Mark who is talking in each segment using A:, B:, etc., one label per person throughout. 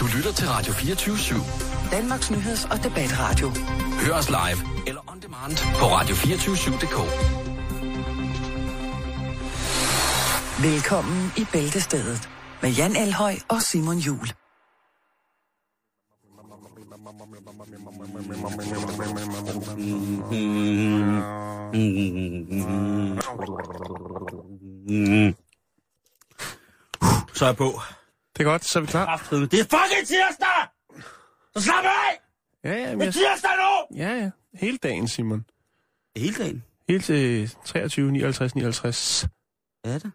A: Du lytter til Radio 24-7.
B: Danmarks nyheds- og debatradio.
A: Hør os live eller on demand på radio247.dk.
B: Velkommen i Bæltestedet med Jan Elhøj og Simon Jul.
C: Så er jeg på.
D: Det er godt, så er vi klar.
C: Aftrymme. Det er fucking tirsdag! Så slap af!
D: Ja, ja,
C: Det
D: men
C: er
D: jeg,
C: tirsdag nu!
D: ja, ja. Hele dagen, Simon.
C: Hele dagen.
D: Helt til 23, 59, 59.
C: Er det?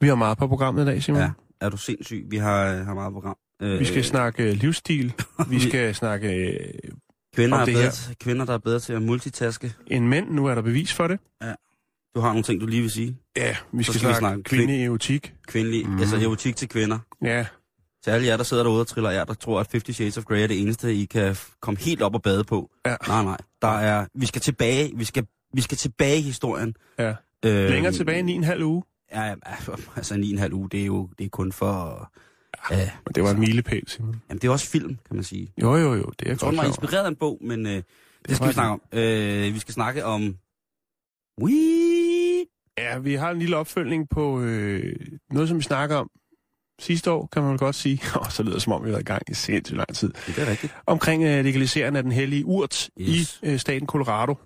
D: Vi har meget på programmet i dag, Simon.
C: Ja.
D: Ja.
C: Er du sindssyg? Vi har, øh, har meget program. Øh,
D: Vi skal snakke øh, livsstil. Vi skal snakke øh,
C: kvinder,
D: om
C: er
D: det
C: bedre,
D: her.
C: til- kvinder, der er bedre til at multitaske.
D: en mænd. Nu er der bevis for det.
C: Du har nogle ting, du lige vil sige.
D: Ja, vi
C: Så
D: skal, skal snakke, vi snakke kvindeerotik.
C: Kvindelig,
D: Mhm.
C: mm. altså erotik til kvinder.
D: Ja,
C: Til alle jer, der sidder derude og triller jer, der tror, at 50 Shades of Grey er det eneste, I kan f- komme helt op og bade på.
D: Ja.
C: Nej, nej. Der er, vi skal tilbage, vi skal, vi skal tilbage i historien.
D: Ja.
C: Øh,
D: længere tilbage end 9,5 uge.
C: Ja, ja, altså en 9,5 uge, det er jo det er kun for... Ja. Øh,
D: Men det var en milepæl, Simon.
C: jamen, det er også film, kan man sige.
D: Jo, jo, jo. Det er
C: Jeg tror, den var
D: godt klar over.
C: inspireret af en bog, men øh, det, det skal
D: var
C: vi snakke om. Øh, vi skal snakke om... Weed.
D: Ja, vi har en lille opfølgning på øh, noget, som vi snakker om sidste år, kan man vel godt sige. Og så lyder det, som om vi har været i gang i sindssygt lang tid.
C: Det er rigtigt.
D: omkring øh, legaliseringen af den hellige urt
C: Yes.
D: yes. i øh, staten Colorado.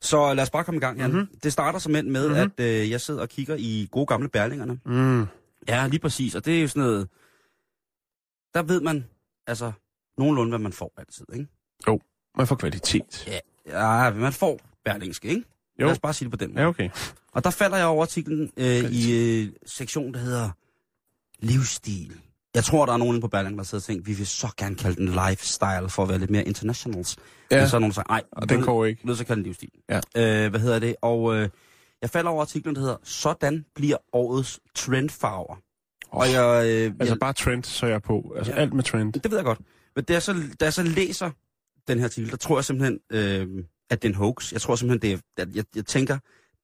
C: Så lad os bare komme i gang, Jan. Mm-hmm.
D: Mhm.
C: Det starter som end med,
D: Mhm.
C: mm-hmm. at øh, jeg sidder og kigger i gode gamle bærlingerne.
D: Mm.
C: Ja, lige præcis. Og det er jo sådan noget... Der ved man altså nogenlunde, hvad man får altid, ikke?
D: Man får kvalitet.
C: Ja, hvad man får bærlingske, ikke?
D: Jo.
C: Lad os bare sige det på den måde.
D: Ja, okay.
C: Og der falder jeg over artiklen øh, i øh, sektion, der hedder Livsstil. Jeg tror, der er nogen inde på Berling, der sidder og tænker, vi vil så gerne kalde den lifestyle for at være lidt mere internationals. Ja.
D: Ja,
C: Men så er nogen, der siger, nej,
D: og den går ikke.
C: nødt til at kalde den livsstil.
D: Ja.
C: Øh, hvad hedder det? Og øh, jeg falder over artiklen, der hedder, sådan bliver årets trendfarver. Og jeg, øh,
D: Altså
C: jeg,
D: bare trend, så er jeg på. Altså
C: Ja.
D: ja. alt med trend.
C: det ved jeg godt. Men da jeg, så, da jeg så læser den her artikel, der tror jeg simpelthen, øh, at det er en hoax. Jeg tror simpelthen, det er, at jeg, jeg tænker,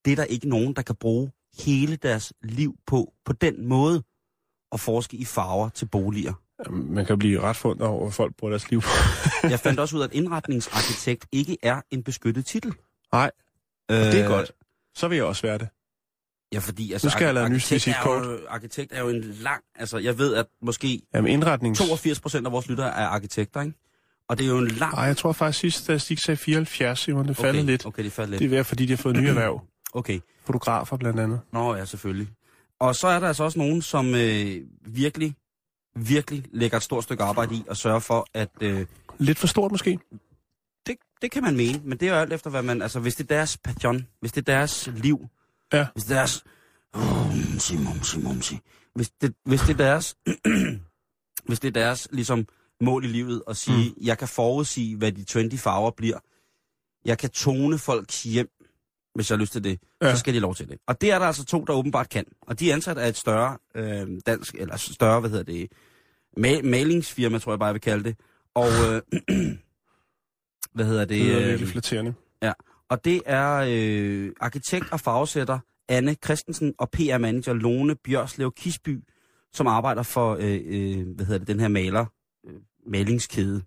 C: det er der ikke nogen, der kan bruge hele deres liv på, på den måde, at forske i farver til boliger.
D: Man kan blive ret fundet over, hvad folk bruger deres liv på.
C: Jeg fandt også ud af, at indretningsarkitekt ikke er en beskyttet titel.
D: Nej,
C: øh,
D: det er godt. Så vil jeg også være det.
C: Ja, fordi altså,
D: skal jeg lave nyt
C: arkitekt, er
D: visitkort.
C: jo, arkitekt er jo en lang... Altså, jeg ved, at måske
D: Jamen indretnings...
C: 82 procent af vores lyttere er arkitekter, ikke? Og det er jo en lang...
D: Ej, jeg tror faktisk sidst, statistik sagde 74, Simon. Det faldt
C: okay,
D: lidt.
C: Okay, det faldt lidt.
D: Det er værd, fordi de har fået nye erhverv.
C: Okay.
D: Fotografer blandt andet.
C: Nå ja, selvfølgelig. Og så er der altså også nogen, som øh, virkelig, virkelig lægger et stort stykke arbejde i og sørger for, at... Øh,
D: Lidt for stort måske.
C: det, det kan man mene, men det er jo alt efter, hvad man... Altså, hvis det er deres passion, hvis det er deres liv,
D: Ja.
C: hvis det er deres... Mumsi, mumsi, mumsi. Hvis det, hvis det er deres... hvis det er deres, ligesom, mål i livet at sige, mm. jeg kan forudsige, hvad de trendy farver bliver. Jeg kan tone folks hjem, hvis jeg har lyst til det. Ja.
D: Ja.
C: Så skal de have lov til det. Og det er der altså to, der åbenbart kan. Og de er ansat af et større øh, dansk, eller større, hvad hedder det, ma- malingsfirma, tror jeg bare, jeg vil kalde det. Og, øh, hvad hedder det?
D: Det er
C: øh,
D: virkelig flatterende.
C: og det er øh, arkitekt og farvesætter Anne Christensen og PR-manager Lone Bjørslev Kisby, som arbejder for øh, øh, hvad hedder det, den her maler, øh, malingskæde.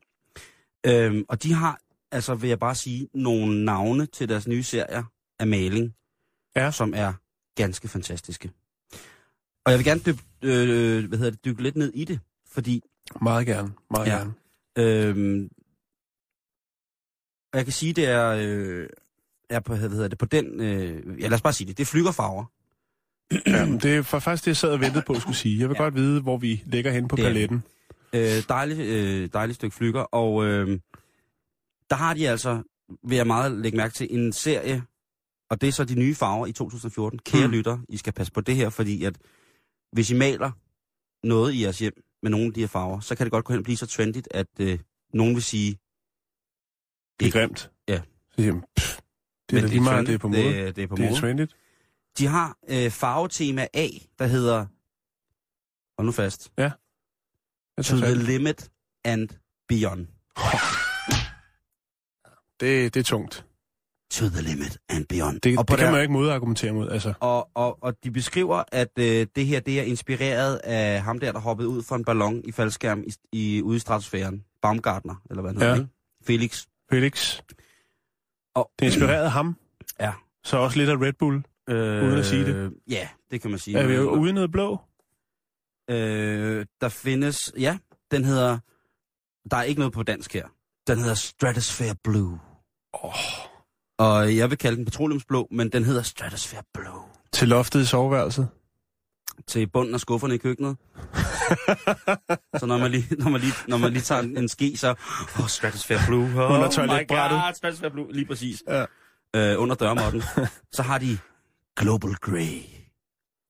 C: Øhm, og de har, altså vil jeg bare sige, nogle navne til deres nye serier af maling,
D: Ja.
C: som er ganske fantastiske. Og jeg vil gerne dyb, øh, hvad hedder det, dykke lidt ned i det, fordi
D: Meget gerne. Meget
C: Ja.
D: ja. gerne.
C: Øhm, og jeg kan sige, det er, øh, er på, hvad hedder det, på den, øh, ja lad os bare sige det, det er flygerfarver.
D: Ja, Øhm, det var faktisk det, jeg sad og ventede på, skulle sige. Jeg vil
C: Ja.
D: ja. godt vide, hvor vi ligger hen på
C: Det er-
D: paletten.
C: Øh, dejligt, øh, dejligt stykke flyger, og øh, der har de altså, vil jeg meget lægge mærke til, en serie, og det er så de nye farver i 2014. Kære mm.
D: Mm.
C: lytter, I skal passe på det her, fordi at hvis I maler noget i jeres hjem med nogle af de her farver, så kan det godt gå hen og blive så trendigt, at øh, nogen vil sige,
D: Det er
C: Ikke-
D: grimt.
C: Ja.
D: Så siger, man, pff, det er da lige meget, det er på måde. Det,
C: Det, det er på
D: det
C: mode.
D: er trendigt.
C: De har øh, farvetema A, der hedder, hold nu fast,
D: Jeg
C: To
D: tror,
C: the
D: det,
C: Limit and Beyond.
D: det, det er tungt.
C: to the limit and beyond.
D: Det,
C: og,
D: det kan
C: der-
D: man jo ikke modargumentere mod, altså.
C: og, og, og de beskriver, at øh, det her det er inspireret af ham der, der hoppede ud fra en ballon i faldskærm i, i, ude i stratosfæren. Baumgartner, eller hvad han hedder,
D: Ja.
C: ja. ikke? Felix.
D: Felix.
C: Og-
D: Det inspirerede ham.
C: Ja.
D: Så også lidt af Red Bull.
C: Øh,
D: Uden at sige det.
C: Ja, det kan man sige.
D: Er vi jo ude i noget blå?
C: Øh, der findes, ja, den hedder, der er ikke noget på dansk her. Den hedder Stratosphere Blue.
D: Oh.
C: Og jeg vil kalde den petroleumsblå, men den hedder Stratosphere Blue.
D: Til loftet i soveværelset.
C: Til bunden af skufferne i køkkenet. så når man lige, når man lige, når man lige tager en, en ske, så... Åh, oh, Stratosphere Blue. Oh,
D: Under
C: my
D: toiletbrættet.
C: God, Stratosphere Blue, lige præcis.
D: Ja.
C: Øh, under dørmåtten. så har de Global Grey.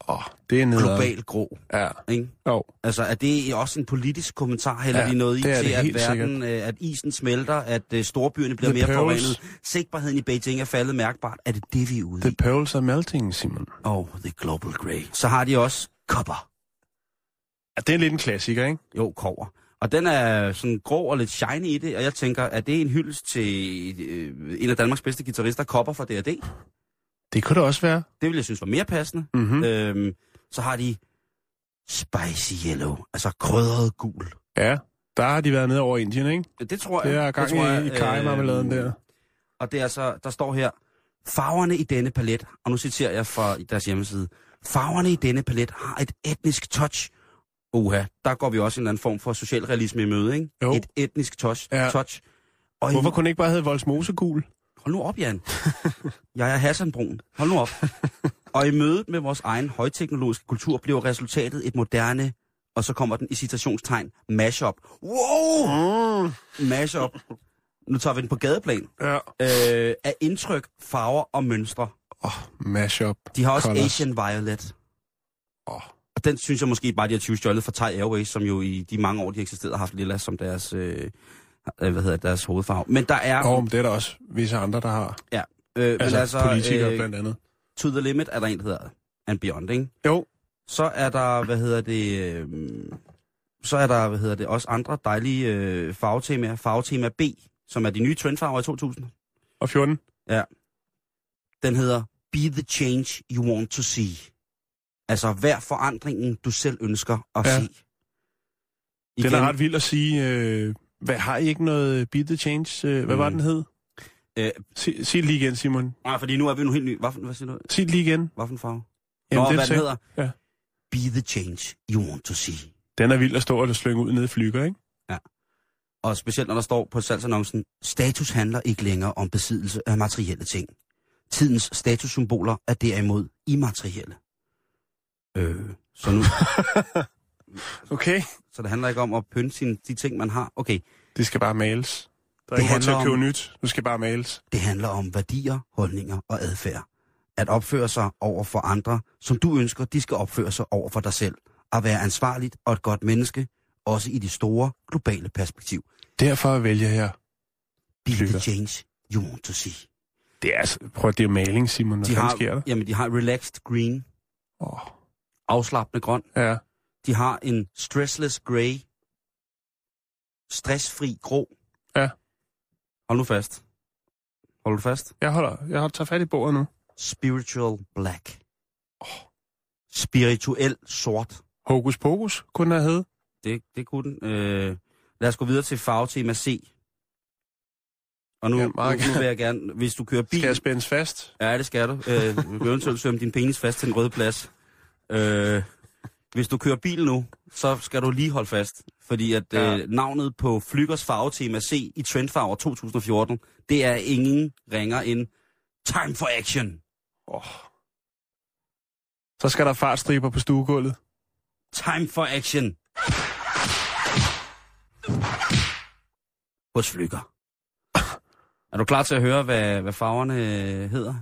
D: Åh, oh, det er nederen.
C: Global grå,
D: Ja.
C: ikke?
D: Jo.
C: Altså, er det også en politisk kommentar, hælder
D: Ja,
C: ja, de noget i
D: det er
C: til,
D: det
C: at,
D: helt
C: verden, øh, at isen smelter, at øh, storbyerne bliver
D: The
C: mere
D: pearls.
C: forurenet, sigtbarheden i Beijing er faldet mærkbart. Er det det, vi er ude
D: The
C: i?
D: pearls are melting, Simon.
C: Oh, the global grey. Så har de også kopper.
D: Ja, det er lidt en klassiker, ikke?
C: Jo, kover. Og den er sådan grå og lidt shiny i det, og jeg tænker, at det er en hyldest til øh, en af Danmarks bedste guitarister, Kopper fra D&D.
D: Det kunne det også være.
C: Det ville jeg synes var mere passende.
D: Mm-hmm.
C: Mm. Øhm, så har de spicy yellow, altså krydret gul.
D: Ja, der har de været nede over Indien, ikke?
C: Det tror jeg.
D: Det er gang
C: tror øh,
D: i, i kajmarmeladen der.
C: Og det er altså, der står her, farverne i denne palet, og nu citerer jeg fra deres hjemmeside, farverne i denne palet har et etnisk touch. Oha, der går vi også en eller anden form for socialrealisme i møde, ikke?
D: Jo.
C: Et etnisk touch.
D: Ja.
C: Ja. touch. Og
D: Hvorfor
C: Hvorfor?
D: kunne den ikke bare hedde Volsmosegul?
C: Hold nu op, Jan. Jeg er Hassanbrun. Hold nu op. og i mødet med vores egen højteknologiske kultur bliver resultatet et moderne, og så kommer den i citationstegn, mashup. Wow!
D: Mm.
C: Mashup. Nu tager vi den på gadeplan.
D: Ja.
C: øh, af indtryk, farver og mønstre.
D: Oh, mashup.
C: De har også
D: Colours.
C: Colors. Asian Violet.
D: Åh.
C: Og den synes jeg måske bare, de har 20 stjålet fra Thai Airways, som jo i de mange år, de har eksisteret, har haft lilla som deres, øh, øh, hvad hedder det, deres hovedfarve. Men der er...
D: Og det er der også visse andre, der har.
C: Øh,
D: Altså,
C: men
D: altså politikere øh... blandt andet.
C: To the Limit er der en, der hedder And Beyond, ikke?
D: Jo.
C: Så er der, hvad hedder det... Øh, så er der, hvad hedder det, også andre dejlige øh, farvetemaer. Farvetema B, som er de nye trendfarver i 2000.
D: Og 14.
C: Den hedder Be the change you want to see. Altså, vær forandringen, du selv ønsker at
D: Ja.
C: ja. se.
D: Den er ret vild at sige, øh, hvad har I ikke noget Beat the Change? Øh, hvad mm. var
C: Mm.
D: den hed?
C: Øh,
D: Sig, sig det lige igen, Simon.
C: Nej, fordi nu er vi nu helt ny. Hvad, for- hvad siger du?
D: Sig det lige igen.
C: Hvad for en farve?
D: Jamen,
C: Nå,
D: det,
C: hvad
D: den,
C: den hedder?
D: Ja.
C: Be the change you want to see.
D: den er vild at stå og slynge ud nede i flyger, ikke?
C: Og specielt når der står på salgsannoncen, status handler ikke længere om besiddelse af materielle ting. Tidens statussymboler er derimod immaterielle. Øh, så nu,
D: Okay.
C: så det handler ikke om at pynte sine, de ting, man har. Okay,
D: Det skal bare males. Der er
C: Det
D: ikke grund til at
C: handler
D: købe
C: om-
D: nyt. Du skal bare males.
C: Det handler om værdier, holdninger og adfærd. At opføre sig over for andre, som du ønsker, de skal opføre sig over for dig selv. At være ansvarligt og et godt menneske, også i det store, globale perspektiv.
D: Derfor vælger jeg.
C: Be
D: Lytter.
C: the change you want to see.
D: Det er altså, prøv at det er jo maling, Simon. Hvad
C: De
D: de har... sker der?
C: har, jamen, de har relaxed green,
D: Oh.
C: afslappende grøn.
D: Ja.
C: De har en stressless grey, stressfri grå.
D: Ja.
C: Hold nu fast. Hold du fast.
D: Jeg holder, jeg holder, tager fat i bordet nu.
C: Spiritual black. Spirituel sort.
D: Hokus pokus kunne den have heddet.
C: Det, det kunne den. Øh, lad os gå videre til farvetema C. Og nu,
D: Ja,
C: ja,
D: meget
C: nu, nu vil jeg gerne, hvis du kører bil...
D: Skal jeg spændes fast?
C: Ja, det skal du. Øh, du kan eventuelt svømme din penis fast til den røde plads. Øh, hvis du kører bil nu, så skal du lige holde fast. Fordi at
D: Ja.
C: ja. øh, navnet på Flygers farvetema C i Trendfarver 2014, det er ingen ringer end Time for Action.
D: Oh. Så skal der fartstriber på stuegulvet.
C: Time for Action. Hos Flykker. Er du klar til at høre, hvad, hvad farverne øh, hedder?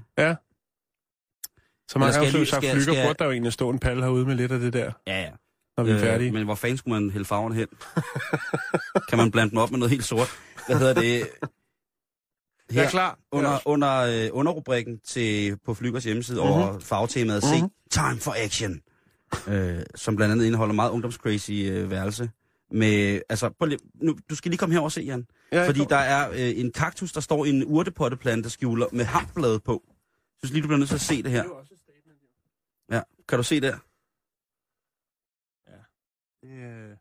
D: Så
C: Eller
D: man har
C: skal
D: jo
C: jeg lige-
D: selvfølgelig sagt,
C: skal-
D: flykker
C: skal-
D: burde der jo egentlig stå en palle herude med lidt af det der,
C: Ja, ja.
D: når vi er færdige.
C: men hvor fanden skulle man hælde farverne hen? kan man blande dem op med noget helt sort? Hvad hedder det?
D: Jeg er
C: Her
D: klar.
C: under,
D: Ja.
C: under, øh, under rubrikken til, på Flygers hjemmeside mm-hmm. over farvetemaet C.
D: Mhm.
C: Time for Action. Øh, som blandt andet indeholder meget ungdomscrazy øh, værelse. med, altså, prøv lige, nu, du skal lige komme herover og se, Jan.
D: Ja,
C: Fordi der er øh, en kaktus, der står i en urtepotteplante, der skjuler med hamblade på. Jeg synes lige, du bliver nødt til at se det her. Ja, kan du se der?
D: Øh,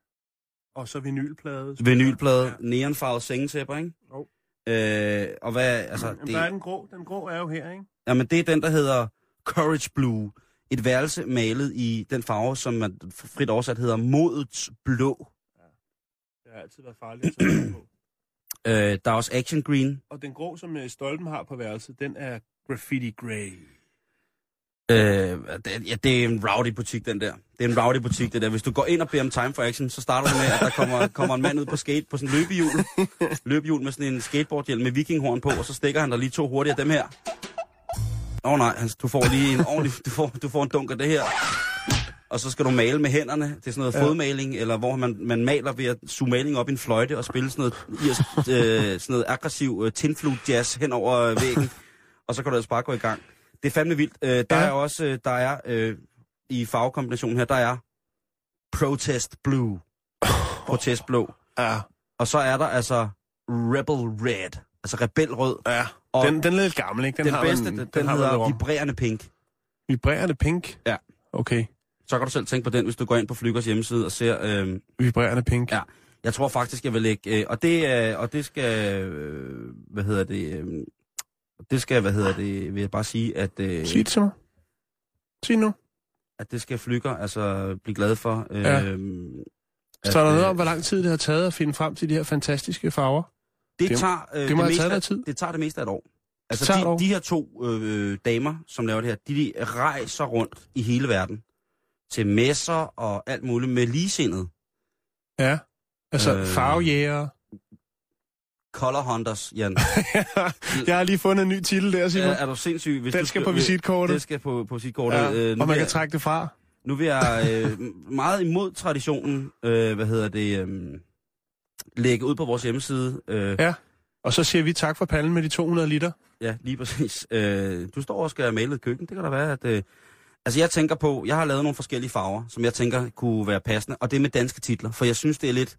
D: og så vinylplade.
C: Vinylplade, neonfarvede sengetæpper, ikke?
D: Jo.
C: Øh, og hvad, altså,
D: Jamen, der er
C: det,
D: den grå. Den grå er jo her, ikke?
C: jamen, det er den, der hedder Courage Blue. Et værelse malet i den farve, som man frit oversat hedder modets blå.
D: Det har altid været farligt at tage på.
C: Øh, der er også Action Green.
D: Og den grå, som øh, Stolpen har på værelset, den er graffiti grey.
C: Øh, det, ja, det er en rowdy butik, den der. Det er en rowdy butik, det der. Hvis du går ind og beder om time for action, så starter du med, at der kommer, kommer en mand ud på skate, på sådan en løbehjul. løbehjul med sådan en skateboardhjelm med vikinghorn på, og så stikker han der lige to hurtigt af dem her. Åh oh, nej, Hans, du får lige en ordentlig, du får, du får en dunk af det her. Og så skal du male med hænderne. Det er sådan noget ja. fodmaling, eller hvor man, man maler ved at suge maling op i en fløjte og spille sådan noget, irsk, øh, sådan noget aggressiv øh, tinflute jazz hen over øh, væggen. Og så kan du altså bare gå i gang. Det er fandme vildt. Øh, der
D: Ja.
C: er også, øh, der er øh, i farvekombinationen her, der er protest blue. Protest blå.
D: Ja,
C: Og så er der altså rebel red. Altså rebelrød.
D: ja.
C: Og
D: Den, den er lidt gammel, ikke?
C: den, den bedste, den, den, den
D: har man lidt
C: hedder
D: over.
C: vibrerende pink.
D: Vibrerende pink?
C: Ja.
D: Okay.
C: Så kan du selv tænke på den, hvis du går ind på Flygers hjemmeside og ser... Øh,
D: Vibrerende pink.
C: Ja. jeg tror faktisk, jeg vil lægge... Øh, og, det, øh, og det skal... Øh, hvad hedder det... Øh, det skal, hvad hedder det, vil jeg bare sige, at, øh,
D: Sig det til mig. Sig nu.
C: at det skal Flygger altså blive glad for. Øh,
D: Ja.
C: at,
D: Står der noget
C: øh,
D: om, hvor lang tid det har taget at finde frem til de her fantastiske farver?
C: Det,
D: Det-
C: tager, øh, det,
D: må altså have
C: meste, af-
D: taget noget tid.
C: det tager det meste af et år. Altså
D: tager
C: de,
D: et år.
C: de her to øh, damer, som laver det her, de, de rejser rundt i hele verden til messer og alt muligt med ligesindede.
D: Ja. Altså
C: Øh.
D: øh... farvejæger.
C: Color hunters, Jan.
D: jeg har lige fundet en ny titel der, Simon.
C: er,
D: Ja,
C: er du sindssyg? Hvis
D: den
C: du
D: skal på
C: skriver- Det
D: visitkortet.
C: skal på, på sit kort.
D: Ja.
C: Øh, nu
D: Og man
C: vil
D: kan
C: jeg-
D: trække det fra.
C: Nu vil jeg øh, m- meget imod traditionen, øh, hvad hedder det, øh, lægge ud på vores hjemmeside. Øh,
D: Ja. Og så siger vi tak for pallen med de 200 liter.
C: ja, lige præcis. Øh, du står og skal male et køkken, det kan da være, at... Øh, altså jeg tænker på, jeg har lavet nogle forskellige farver, som jeg tænker kunne være passende, og det er med danske titler, for jeg synes, det er lidt...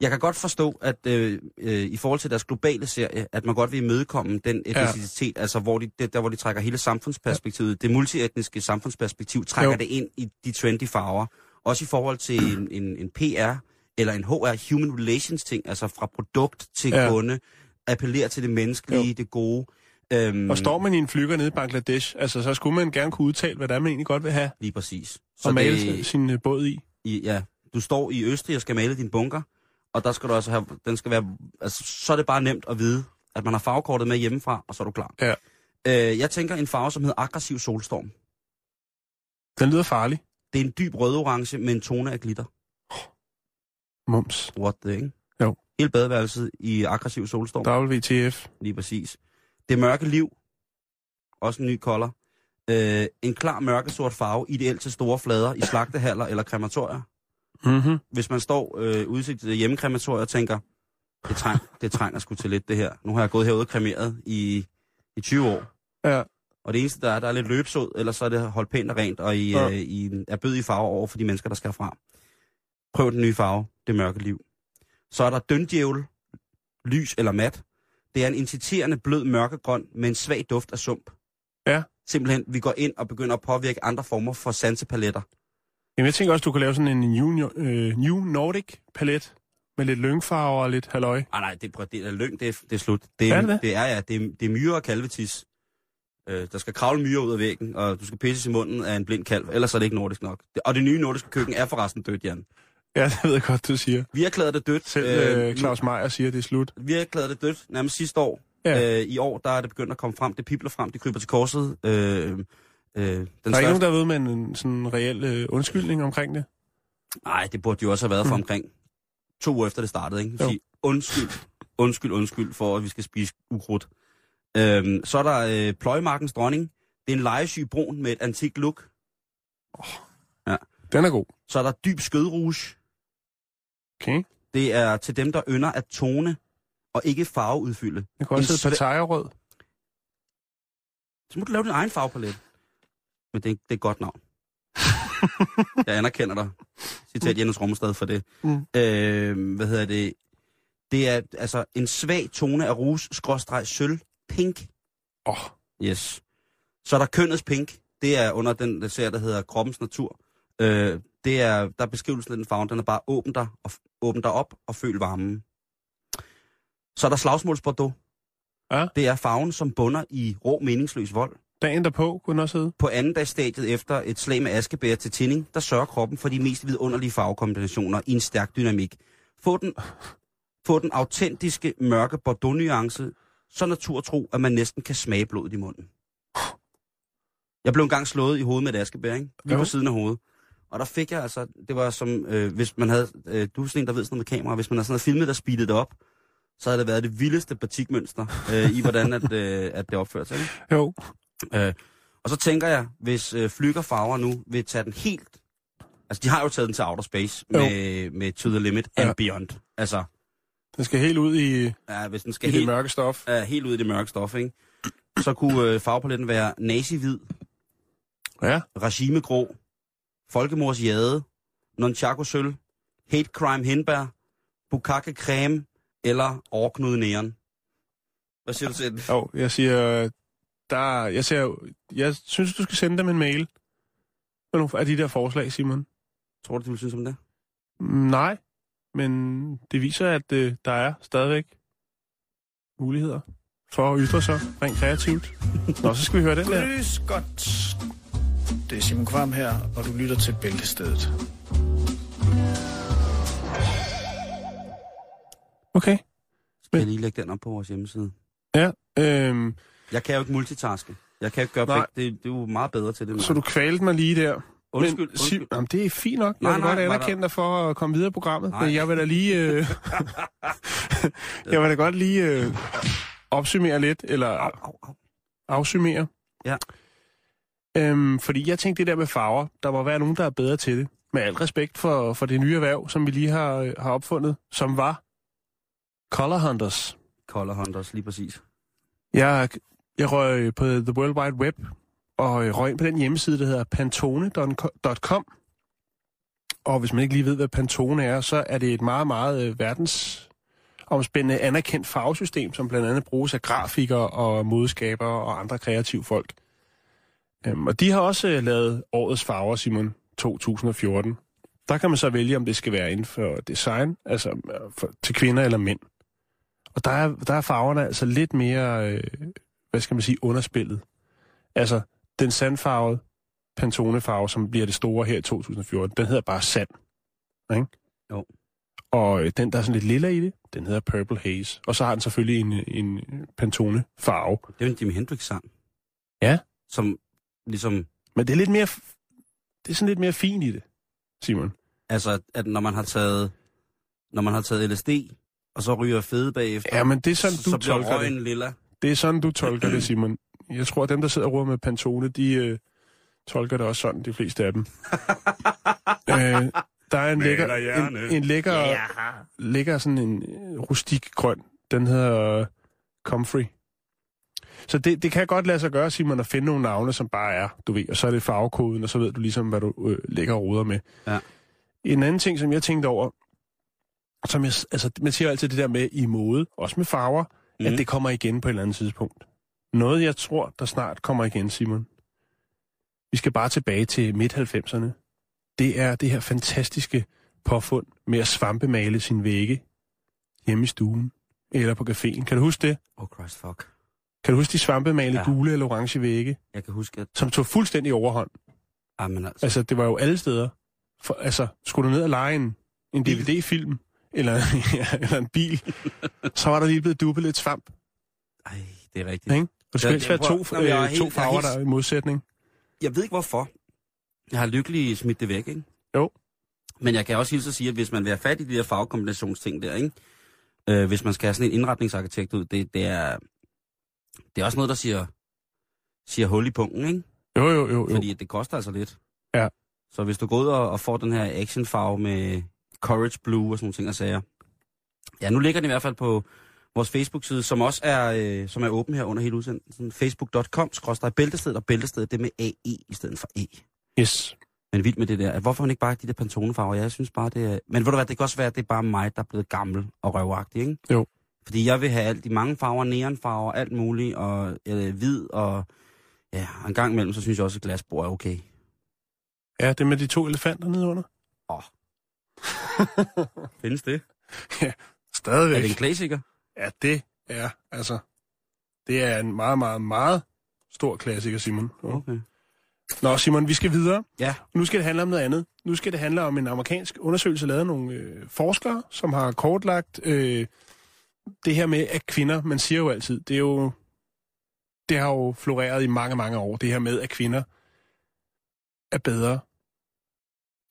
C: Jeg kan godt forstå, at øh, øh, i forhold til deres globale serie, at man godt vil imødekomme den etnicitet, ja. altså hvor de, det, der hvor de trækker hele samfundsperspektivet, det multietniske samfundsperspektiv, trækker jo.
D: Jo.
C: det ind i de trendy farver. Også i forhold til en, en, en PR eller en HR, human relations ting, altså fra produkt til ja.
D: Ja.
C: kunde, appellerer til det menneskelige, jo. det gode. Øhm,
D: Mm. Og står man i en flyger nede i Bangladesh, altså så skulle man gerne kunne udtale, hvad det er, man egentlig godt vil have.
C: Lige præcis.
D: Så og male det... sin øh, båd i.
C: i, ja, du står i Østrig og skal male din bunker, og der skal du altså have, den skal være, altså, så er det bare nemt at vide, at man har farvekortet med hjemmefra, og så er du klar.
D: Ja.
C: Øh, jeg tænker en farve, som hedder aggressiv solstorm.
D: Den lyder farlig.
C: Det er en dyb rød-orange med en tone af glitter.
D: Mums.
C: What the, ikke?
D: Jo.
C: Hele badeværelset i aggressiv solstorm,
D: WTF.
C: lige præcis. Det mørke liv, også en ny color. Øh, en klar mørkesort farve, ideelt til store flader i slagtehaller eller krematorier.
D: Mm-hmm.
C: hvis man står øh, udsigt til hjemmekrematoriet og tænker, det, træng, det trænger sgu til lidt det her. Nu har jeg gået herude og kremeret i, i 20 år.
D: Ja.
C: Og det eneste, der er, der er lidt løbsod, ellers så er det holdt pænt og rent, og i, ja.
D: Ja.
C: øh, i en erbødig farve over for de mennesker, der skal herfra. Prøv den nye farve, det mørke liv. Så er der døndjævel, lys eller mat. Det er en inciterende blød mørkegrøn med en svag duft af sump.
D: Ja.
C: Simpelthen, vi går ind og begynder at påvirke andre former for sansepaletter.
D: Jamen, jeg tænker også, du kunne lave sådan en New, øh, new Nordic palet med lidt lyngfarver og lidt halløj.
C: Ah, nej, det, prøv- det er løgn, det er, det er slut. Det er,
D: Er det det?
C: det er, ja, det er, det er myre og kalvetis. Øh, der skal kravle myre ud af væggen, og du skal pisses i munden af en blind kalv, ellers er det ikke nordisk nok. Det- Og det nye nordiske køkken er forresten dødt, Jan.
D: Ja, det ved jeg godt, du siger.
C: Vi har klaret det dødt.
D: Selv øh, Claus Meier siger, det er slut.
C: nu- Vi har klaret det dødt nærmest sidste år.
D: Ja.
C: Ja. Øh, I år, der er det begyndt at komme frem. Det pipler frem, det kryber til korset. Øh, øh, den
D: Der er ikke
C: største-
D: nogen, der ved med en- en sådan reel øh, undskyldning omkring det.
C: Nej, det burde jo også have været for omkring to uger efter det startede, ikke?
D: Jo.
C: Sige, undskyld, undskyld, undskyld for, at vi skal spise ukrudt. Øhm, så er der øh, pløjemarkens dronning. Det er en lejesyg brun med et antikt look.
D: Den er god.
C: Så er der dyb skødrouge.
D: Okay.
C: Det er til dem, der ynder at tone og ikke farveudfylde.
D: Den kunne
C: En
D: også hedde
C: sve-
D: Partajerød.
C: Så må du lave din egen farvepalet. Men det, det er et godt navn. Jeg anerkender dig. Citat Jens Rommestad for det.
D: Mm.
C: Øh, hvad hedder det? Det er altså en svag tone af rouge, skråstreg, sølv, pink.
D: Åh, oh,
C: Yes. Så er der kønnets pink. Det er under den der serie, der hedder Kroppens Natur. Øh, det er, der er beskrivelsen af den farve. Den er bare åbn dig, og, f- åbn dig op og føl varmen. Så er der slagsmålsbordeaux.
D: Ja.
C: Det er farven, som bunder i rå, meningsløs vold.
D: dagen derpå kunne den også hedde.
C: På anden dags stadiet efter et slag med askebær til tinning, der sørger kroppen for de mest vidunderlige farvekombinationer i en stærk dynamik. Få den, få den autentiske, mørke Bordeaux-nuance, så naturtro, at man næsten kan smage blodet i munden. Jeg blev engang slået i hovedet med et askebær, ikke? Lige
D: Jo.
C: på siden af hovedet. Og der fik jeg altså, det var som, øh, hvis man havde, øh, du er sådan en, der ved sådan noget med kamera, hvis man havde sådan noget filmet, der speedede det op, så havde det været det vildeste batikmønster øh, i, hvordan at, øh, at det opførte sig. Ikke?
D: Jo.
C: Øh, og så tænker jeg, hvis øh, Flyg og Farver nu vil tage den helt... Altså, de har jo taget den til outer space
D: Jo.
C: med, med To The Limit and
D: Ja.
C: Beyond. Altså,
D: Den skal helt ud i,
C: ja, hvis den skal
D: i det
C: helt,
D: mørke stof.
C: øh, helt ud i det mørke stof, ikke? Så kunne øh, farvepaletten være nazi-hvid,
D: Ja.
C: regimegrå, folkemordsjade, nonchaco sølv, hate crime henbær, bukake creme eller overknudet næren. Hvad siger du til den?
D: Jo, jeg siger, der, jeg, siger, jeg synes, du skal sende dem en mail. Med nogle af de der forslag, Simon.
C: Tror du, du vil synes om det?
D: Mm, Nej, men det viser, at øh, der er stadigvæk muligheder for at ytre sig rent kreativt. Nå, så skal vi høre den der.
E: Lys godt. Det er Simon Kvam her, og du lytter til Bæltestedet.
D: Okay.
C: Skal jeg lige lægge den op på vores hjemmeside?
D: Ja, øhm,
C: Jeg kan jo ikke multitaske. Jeg kan jo ikke gøre
D: Nej.
C: begge. Det, det er jo meget bedre til det. end
D: så
C: mig.
D: du kvalte mig lige der.
C: Undskyld,
D: men, Sim-
C: undskyld.
D: Jamen, det er fint nok. Jeg
C: Nej,
D: vil
C: nej,
D: godt
C: var der-
D: anerkende dig for at komme videre i programmet, nej.
C: Nej.
D: men jeg vil da lige... Øh, jeg vil da godt lige øh, opsummere lidt, eller
C: Au, au.
D: afsummere.
C: Ja.
D: Øhm, fordi jeg tænkte det der med farver, der må være nogen, der er bedre til det. Med al respekt for, for det nye erhverv, som vi lige har, øh, har opfundet, som var Color Hunters.
C: Color Hunters, lige præcis.
D: Jeg, jeg røg øh, på The World Wide Web og øh, røg ind på den hjemmeside, der hedder pantone.com. Og hvis man ikke lige ved, hvad Pantone er, så er det et meget, meget øh, verdensomspændende anerkendt farvesystem, som blandt andet bruges af grafikere og modskabere og andre kreative folk. Øhm, og de har også øh, lavet årets farver, Simon, 2014. Der kan man så vælge, om det skal være inden for design, altså øh, for, til kvinder eller mænd. Og der er, der er farverne altså lidt mere, øh, hvad skal man sige, underspillet. Altså, den sandfarvede Pantone-farve, som bliver det store her i 2014, den hedder bare sand. Ikke?
C: Jo.
D: Og øh, den, der er sådan lidt lilla i det, den hedder Purple Haze. Og så har den selvfølgelig en, en Pantone-farve.
C: Det er jo en Jimi Hendrix-sang.
D: Ja.
C: Som ligesom...
D: Men det er lidt mere, det er sådan lidt mere fint i det, Simon.
C: Altså, at når man har taget, når man har taget LSD, og så ryger fede bagefter,
D: Ja, men det er sådan,
C: så,
D: du
C: så bliver
D: tolker det.
C: røgen lilla.
D: Det er sådan, du tolker det, Simon. Jeg tror, at dem, der sidder og ruder med Pantone, de øh, tolker det også sådan, de fleste af dem. øh, der er en lækker, en, en lækker, ja. lækker sådan en øh, rustik grøn. Den hedder øh, Comfrey. Så det, det kan godt lade sig gøre, Simon, at finde nogle navne, som bare er, du ved, og så er det farvekoden, og så ved du ligesom, hvad du øh, lægger og ruder med.
C: Ja.
D: En anden ting, som jeg tænkte over, som jeg, s- altså, man siger jo altid det der med i mode, også med farver, mm.
C: Mhm.
D: at det kommer igen på et eller andet tidspunkt. Noget, jeg tror, der snart kommer igen, Simon. Vi skal bare tilbage til midt-90'erne. Det er det her fantastiske påfund med at svampemale sin vægge hjemme i stuen eller på caféen. Kan du huske det?
C: Oh, Christ fuck.
D: Kan du huske de svampemale
C: Ja.
D: ja. gule eller orange vægge,
C: Jeg kan huske, at...
D: som tog fuldstændig overhånd?
C: Ah, men altså,
D: Altså, det var jo alle steder. For, altså, skulle du ned og lege en, en DVD-film, eller, ja, eller en bil, så var der lige blevet duppet lidt svamp.
C: ej, det er rigtigt.
D: Ikke? Og det skal
C: Ja,
D: helst
C: det-
D: være to,
C: prøv- Nå, men jeg er
D: øh,
C: helt-
D: to
C: jeg er
D: farver,
C: helt-
D: der er i modsætning.
C: Jeg ved ikke, hvorfor. Jeg har lykkeligt smidt det væk, ikke?
D: Jo.
C: Men jeg kan også hilse at sige, at hvis man vil have fat i de der farvekombinationsting der, ikke? Øh, hvis man skal have sådan en indretningsarkitekt ud, det, det er... Det er også noget, der siger, siger hul i punkten, ikke?
D: Jo, jo, jo. jo.
C: Fordi det koster altså lidt.
D: Ja.
C: Så hvis du går ud og, og får den her actionfarve med Courage Blue og sådan nogle ting og sager. Ja, nu ligger den i hvert fald på vores Facebook-side, som også er, øh, som er åben her under hele udsendelsen. Facebook.com, skråstrej bæltestedet, og bæltestedet det er med AE i stedet for E.
D: Yes.
C: Men vild med det der. at Hvorfor har hun ikke bare de der pantonefarver? Jeg synes bare, det er... Men ved du hvad, det kan også være, at det er bare mig, der er blevet gammel og røvagtig, ikke?
D: Jo.
C: Fordi jeg vil have alt, de mange farver, neonfarver, alt muligt, og øh, hvid, og ja, og en gang imellem, så synes jeg også, at glasbord er okay.
D: Ja, det med de to elefanter nede under.
C: Findes det?
D: Stadigvæk.
C: Er det en klassiker?
D: Ja, det er, altså, det er en meget, meget, meget stor klassiker, Simon.
C: Okay.
D: Nå, Simon, vi skal videre.
C: Ja.
D: Nu skal det handle om noget andet. Nu skal det handle om en amerikansk undersøgelse, lavet af nogle øh, forskere, som har kortlagt øh, det her med, at kvinder, man siger jo altid, det er jo, det har jo floreret i mange, mange år, det her med, at kvinder er bedre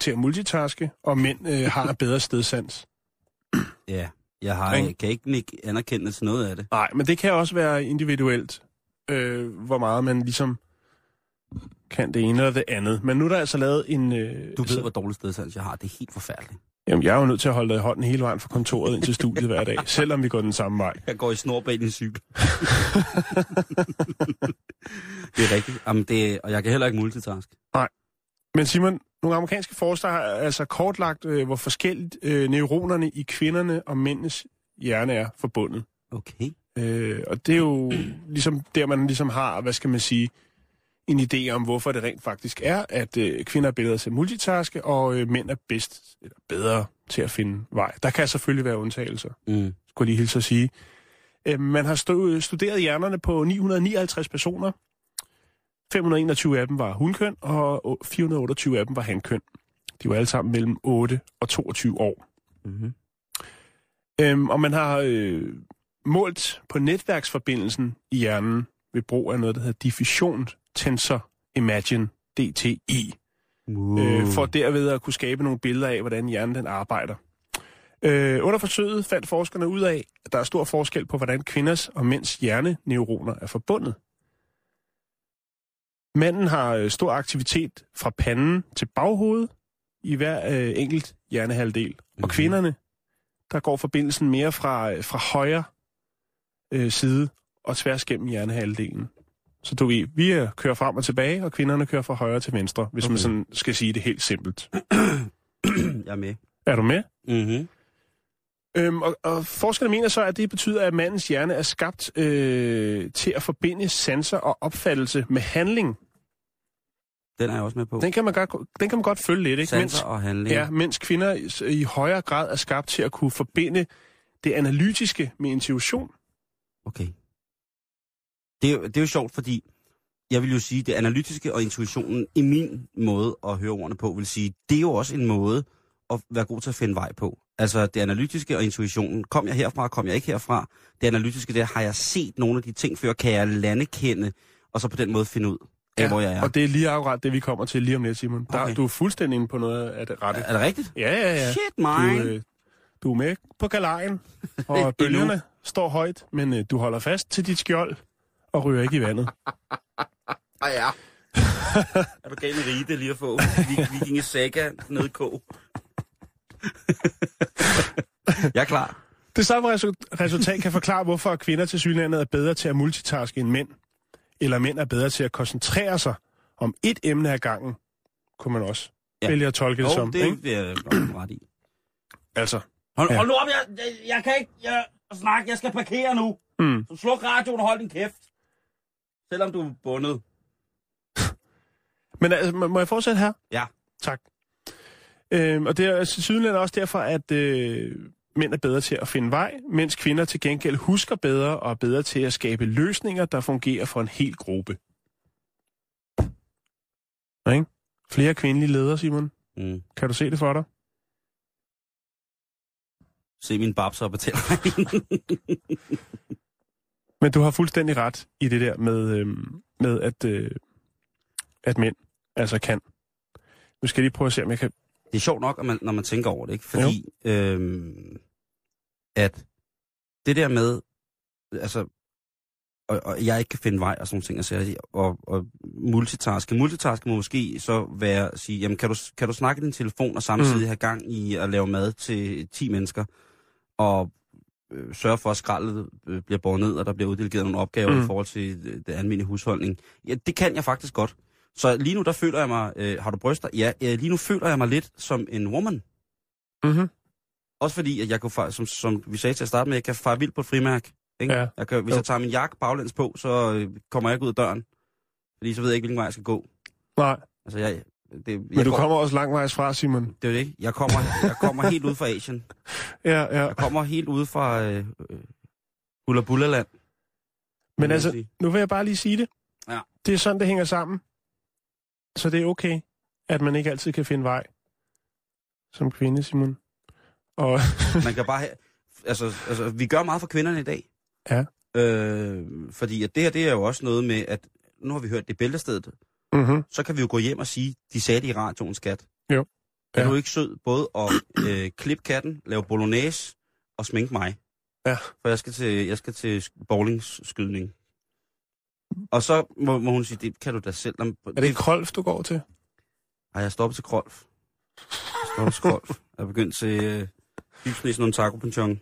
D: til at multitaske, og mænd øh, har en bedre stedsans.
C: Ja. Jeg har,
D: Ikke?
C: jeg kan ikke nikke anerkendelse til noget af det.
D: Nej, men det kan også være individuelt, øh, hvor meget man ligesom kan det ene eller det andet. Men nu er der altså lavet en... Øh,
C: Du ved,
D: så-
C: hvor dårlig stedsans jeg har. Det er helt forfærdeligt.
D: Jamen, jeg er jo nødt til at holde dig i hånden hele vejen fra kontoret ind til studiet hver dag, selvom vi går den samme vej.
C: Jeg går i snor bag din cykel. det er rigtigt. Jamen, det, er- og jeg kan heller ikke multitask.
D: Men Simon, nogle amerikanske forskere har altså kortlagt, øh, hvor forskelligt øh, neuronerne i kvinderne og mændenes hjerne er forbundet.
C: Okay.
D: Øh, og det er jo ligesom der, man ligesom har, hvad skal man sige, en idé om, hvorfor det rent faktisk er, at øh, kvinder er bedre til at multitaske, og øh, mænd er bedst eller bedre til at finde vej. Der kan selvfølgelig være undtagelser.
C: Mm.
D: skulle jeg lige hilse at sige. Øh, Man har stø- studeret hjernerne på 959 personer. 521 af dem var hunkøn, og o- 428 af dem var hankøn. De var alle sammen mellem 8 og 22 år.
C: Mm-hmm.
D: Øhm, og man har øh, målt på netværksforbindelsen i hjernen ved brug af noget, der hedder diffusion tensor imagine, DTI
C: Uh.
D: øh, for derved at kunne skabe nogle billeder af, hvordan hjernen den arbejder. Øh, under forsøget fandt forskerne ud af, at der er stor forskel på, hvordan kvinders og mænds hjerneneuroner er forbundet. Manden har øh, stor aktivitet fra panden til baghovedet i hver øh, enkelt hjernehalvdel. Mm-hmm. Og
C: Mhm.
D: kvinderne, der går forbindelsen mere fra, øh, fra højre øh, side og tværs gennem hjernehalvdelen. Så du ved, vi øh, kører frem og tilbage, og kvinderne kører fra højre til venstre, hvis okay. man
C: Okay.
D: sådan skal sige det helt simpelt.
C: jeg er med.
D: Er du med?
C: Mm-hmm.
D: Øhm, og, og forskerne mener så, at det betyder, at mandens hjerne er skabt øh, til at forbinde sanser og opfattelse med handling.
C: Den er jeg også med på.
D: Den kan man godt, den kan man godt følge lidt, ikke?
C: Sanser og handling.
D: Ja, mens kvinder i- s- i højere grad er skabt til at kunne forbinde det analytiske med intuition.
C: Okay. Det er, jo- det er jo sjovt, fordi jeg vil jo sige, det analytiske og intuitionen i min måde at høre ordene på, vil sige, det er jo også en måde at være god til at finde vej på. Altså det analytiske og intuitionen, kom jeg herfra, kom jeg ikke herfra? Det analytiske der, har jeg set nogle af de ting før, kan jeg landekende, og så på den måde finde ud af, ja, hvor jeg er.
D: Og det er lige akkurat det, vi kommer til lige om lidt, Simon. Der,
C: Okay.
D: Du er fuldstændig inde på noget af det rette.
C: er, er det rigtigt?
D: Ja, ja, ja.
C: Shit,
D: Du,
C: mine.
D: øh, du er med på galejen,
C: Endnu.
D: og bølgerne står højt, men øh, du holder fast til dit skjold og ryger ikke i vandet.
C: Ah, ja. er du gal i rige, lige at få? Vikinge Saga ned i K. jeg er klar.
D: Det samme resu- resultat kan forklare, hvorfor kvinder til synligheden er bedre til at multitaske end mænd. Eller mænd er bedre til at koncentrere sig om et emne ad gangen, kunne man også ja.
C: Ja.
D: vælge at tolke det
C: Jo,
D: som.
C: det
D: ikke?
C: vil jeg nok ret i.
D: Altså,
C: Hold,
D: Ja.
C: hold nu op, jeg, jeg, jeg kan ikke jeg, snakke, jeg skal parkere nu.
D: mm.
C: Så sluk radioen og hold din kæft. Selvom du er bundet.
D: Men altså, må må jeg fortsætte her?
C: Ja.
D: Tak. Øhm, og det er synligheden også derfor, at øh, mænd er bedre til at finde vej, mens kvinder til gengæld husker bedre og er bedre til at skabe løsninger, der fungerer for en hel gruppe. Ikke? Flere kvindelige ledere, Simon.
C: Mm.
D: Kan du se det for dig?
C: Se min babser og betal.
D: Men du har fuldstændig ret i det der med, øh, med at, øh, at mænd altså kan. Nu skal jeg lige prøve at se, om jeg kan...
C: det er sjovt nok, at man, når man tænker over det, ikke? Fordi, øhm, at det der med, altså, og, og jeg ikke kan finde vej og sådan nogle ting, altså, og, og multitaske. Multitaske må måske så være at sige, jamen kan du, kan du snakke i din telefon og samtidig
D: Mm.
C: have gang i at lave mad til 10 mennesker, og øh, sørge for, at skraldet øh, bliver båret ned, og der bliver uddelegeret nogle opgaver
D: Mm.
C: mm. i forhold til øh, det almindelige husholdning. Ja, det kan jeg faktisk godt. Så lige nu, der føler jeg mig... Øh, har du bryster? Ja, øh, lige nu føler jeg mig lidt som en woman.
D: Mm-hmm.
C: Også fordi, at jeg kunne, fare- som, som vi sagde til at starte med, jeg kan fare vildt på et frimærk. Ikke?
D: Ja.
C: Jeg kan, hvis
D: Jo.
C: jeg tager min jakke baglæns på, så øh, kommer jeg ikke ud af døren. Fordi så ved jeg ikke, hvilken vej jeg skal gå.
D: Nej,
C: Altså, jeg, det,
D: men
C: jeg
D: du
C: går-
D: kommer også langvejs fra, Simon.
C: Det er jo det. Jeg kommer, jeg kommer helt ud fra Asien.
D: Ja, ja.
C: Jeg kommer helt ud fra øh, øh, Hula Bula Land.
D: Men
C: jeg
D: altså,
C: sige.
D: nu vil jeg bare lige sige det.
C: Ja.
D: Det er sådan, det hænger sammen. Så det er okay, at man ikke altid kan finde vej. Som kvinde, Simon. Og
C: Man kan bare have, altså, altså, vi gør meget for kvinderne i dag.
D: Ja.
C: Øh, fordi at det her, det er jo også noget med, at nu har vi hørt det bæltestedet,
D: mm-hmm.
C: så kan vi jo gå hjem og sige, de sagde det i radioen, skat.
D: Jo.
C: Er
D: Ja.
C: du ikke sød både at øh, klippe katten, lave bolognese og sminke mig?
D: Ja.
C: For jeg skal til, jeg skal til sk- bowlingsskydning. Og så må, må hun sige, det kan du da selv. Jamen,
D: er det Krolf, du går til?
C: Ej, jeg stopper til Krolf. Jeg stopper til Krolf. Jeg er begyndt til øh, dybsnæs nontaco penchon.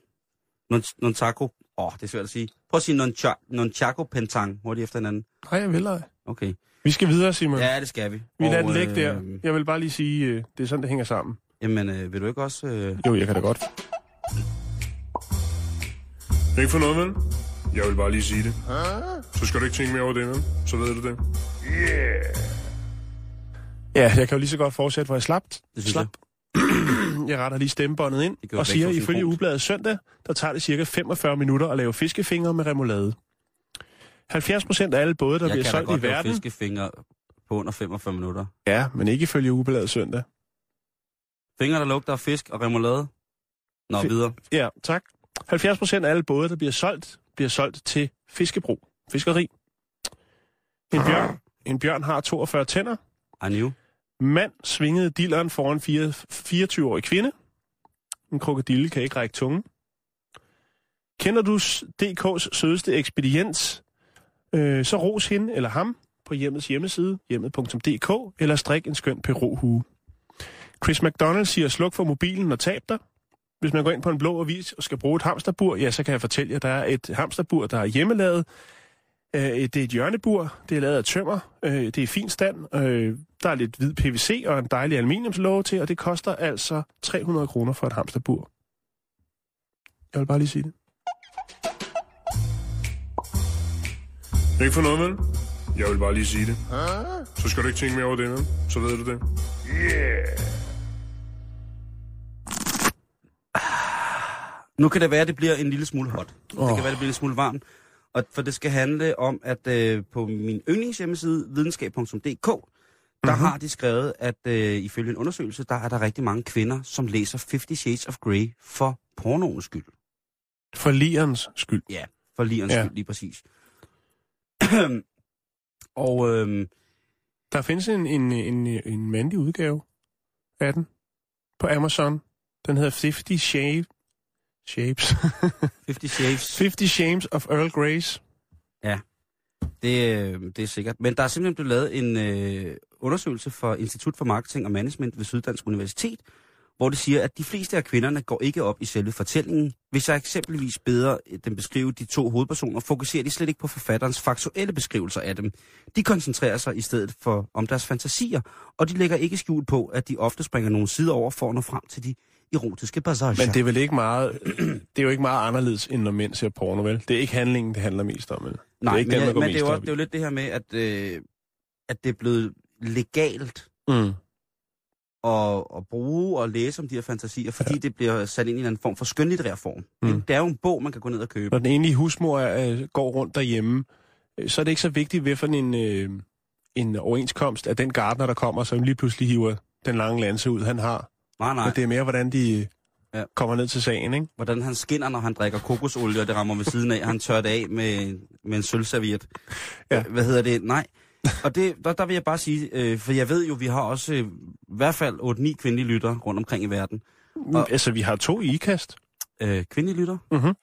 C: Nontaco. Åh, oh, det er svært at sige. Prøv at sige noncha- nonchaco pentang hurtigt efter hinanden.
D: Nej, jeg vil ej.
C: Okay.
D: Vi skal videre, Simon.
C: Ja, det skal vi.
D: Vi lader
C: Og,
D: den ligge der.
C: øh,
D: Jeg vil bare lige sige, øh, det er sådan, det hænger sammen.
C: Jamen, øh, vil du ikke også... Øh...
D: Jo, jeg kan da godt.
F: Ikke for noget, vel? Jeg vil bare lige sige det. Så skal du ikke tænke mere over det, vel? Så ved du det.
D: Ja, jeg kan jo lige så godt fortsætte, hvor jeg slapt.
C: Det synes
D: Slap. Jeg retter lige stemmebåndet ind
C: gjorde
D: og
C: begge
D: siger,
C: to
D: ifølge
C: synkront.
D: Ubladet søndag, der tager det cirka 45 minutter at lave fiskefingre med remoulade. 70 procent af alle både, der
C: jeg
D: bliver
C: kan da
D: solgt
C: godt
D: i
C: lave
D: verden...
C: fiskefingre på under 45 minutter.
D: Ja, men ikke ifølge Ubladet søndag.
C: Fingre, der lugter af fisk og remoulade. Nå,
D: Fi-
C: videre.
D: Ja, tak. 70 procent af alle både, der bliver solgt, bliver solgt til fiskebrug. Fiskeri. En bjørn, en bjørn har 42 tænder.
C: I knew.
D: Mand svingede dilleren foran 24-årig kvinde. En krokodille kan ikke række tungen. Kender du s- DK's sødeste ekspedient, øh, så ros hende eller ham på hjemmets hjemmeside, hjemmet.dk, eller strik en skøn peruhue. Chris McDonald siger, sluk for mobilen og tab dig. Hvis man går ind på en blå avis og skal bruge et hamsterbur, ja, så kan jeg fortælle jer, at der er et hamsterbur, der er hjemmelavet. Øh, det er et hjørnebur, det er lavet af tømmer, øh, det er i fin stand, øh, der er lidt hvid PVC og en dejlig aluminiumslåge til, og det koster altså 300 kroner for et hamsterbur. Jeg vil bare lige sige det.
F: Ikke for noget, vel? Jeg vil bare lige sige det. Så skal du ikke tænke mere over det, vel? Så ved du det.
C: Nu kan det være, at det bliver en lille smule hot. Oh. Det
D: Åh.
C: kan være, at det bliver en smule varmt. Og for det skal handle om, at øh, på min yndlingshjemmeside, videnskab.dk, der mm-hmm. har de skrevet, at øh, ifølge en undersøgelse, der er der rigtig mange kvinder, som læser 50 Shades of Grey for pornoens skyld.
D: For lierens skyld.
C: Ja, for lierens ja.
D: Ja.
C: skyld, lige præcis. og øhm,
D: Der findes en, en, en, en mandlig udgave af den på Amazon. Den hedder 50 Shave, Shapes.
C: 50 Shades
D: 50 Shames of Earl Grey's.
C: Det, øh, det er sikkert. Men der er simpelthen blevet lavet en øh, undersøgelse fra Institut for Marketing og Management ved Syddansk Universitet, hvor det siger, at de fleste af kvinderne går ikke op i selve fortællingen. Hvis jeg eksempelvis beder øh, dem beskrive de to hovedpersoner, fokuserer de slet ikke på forfatterens faktuelle beskrivelser af dem. De koncentrerer sig i stedet for om deres fantasier, og de lægger ikke skjul på, at de ofte springer nogle sider over for at nå frem til de erotiske passager.
D: Men det er vel ikke meget, det er jo ikke meget anderledes, end når mænd ser porno, vel? Det er ikke handlingen, det handler mest om, vel? det
C: Nej,
D: er ikke
C: men, jeg,
D: den, der går
C: men det, er
D: mest
C: jo, også-
D: op i.
C: det er jo lidt det her med, at, øh, at det er blevet legalt
D: Mm.
C: at, at bruge og læse om de her fantasier, fordi ja. det bliver sat ind i en eller anden form for skønlitterær form. Mm.
D: Mm.
C: Det er jo en bog, man kan gå ned og købe.
D: når den enlige husmor øh, går rundt derhjemme, øh, så er det ikke så vigtigt, hvad for en, øh, en overenskomst af den gardner, der kommer, som lige pludselig hiver den lange lanse ud, han har.
C: Nej, nej.
D: Men det er mere, hvordan de
C: Ja.
D: ja. kommer ned til sagen, ikke?
C: Hvordan han skinner, når han drikker kokosolie, og det rammer ved siden af. Han tør det af med, med en sølvserviet. Ja.
D: Ja.
C: Hvad hedder det? Nej. Og det, der, der vil jeg bare sige, øh, for jeg ved jo, vi har også øh, i hvert fald 8-9 kvindelige lytter rundt omkring i verden. Og-
D: Og... Altså, vi har to i ikast.
C: Øh, kvindelige lytter,
D: Mhm.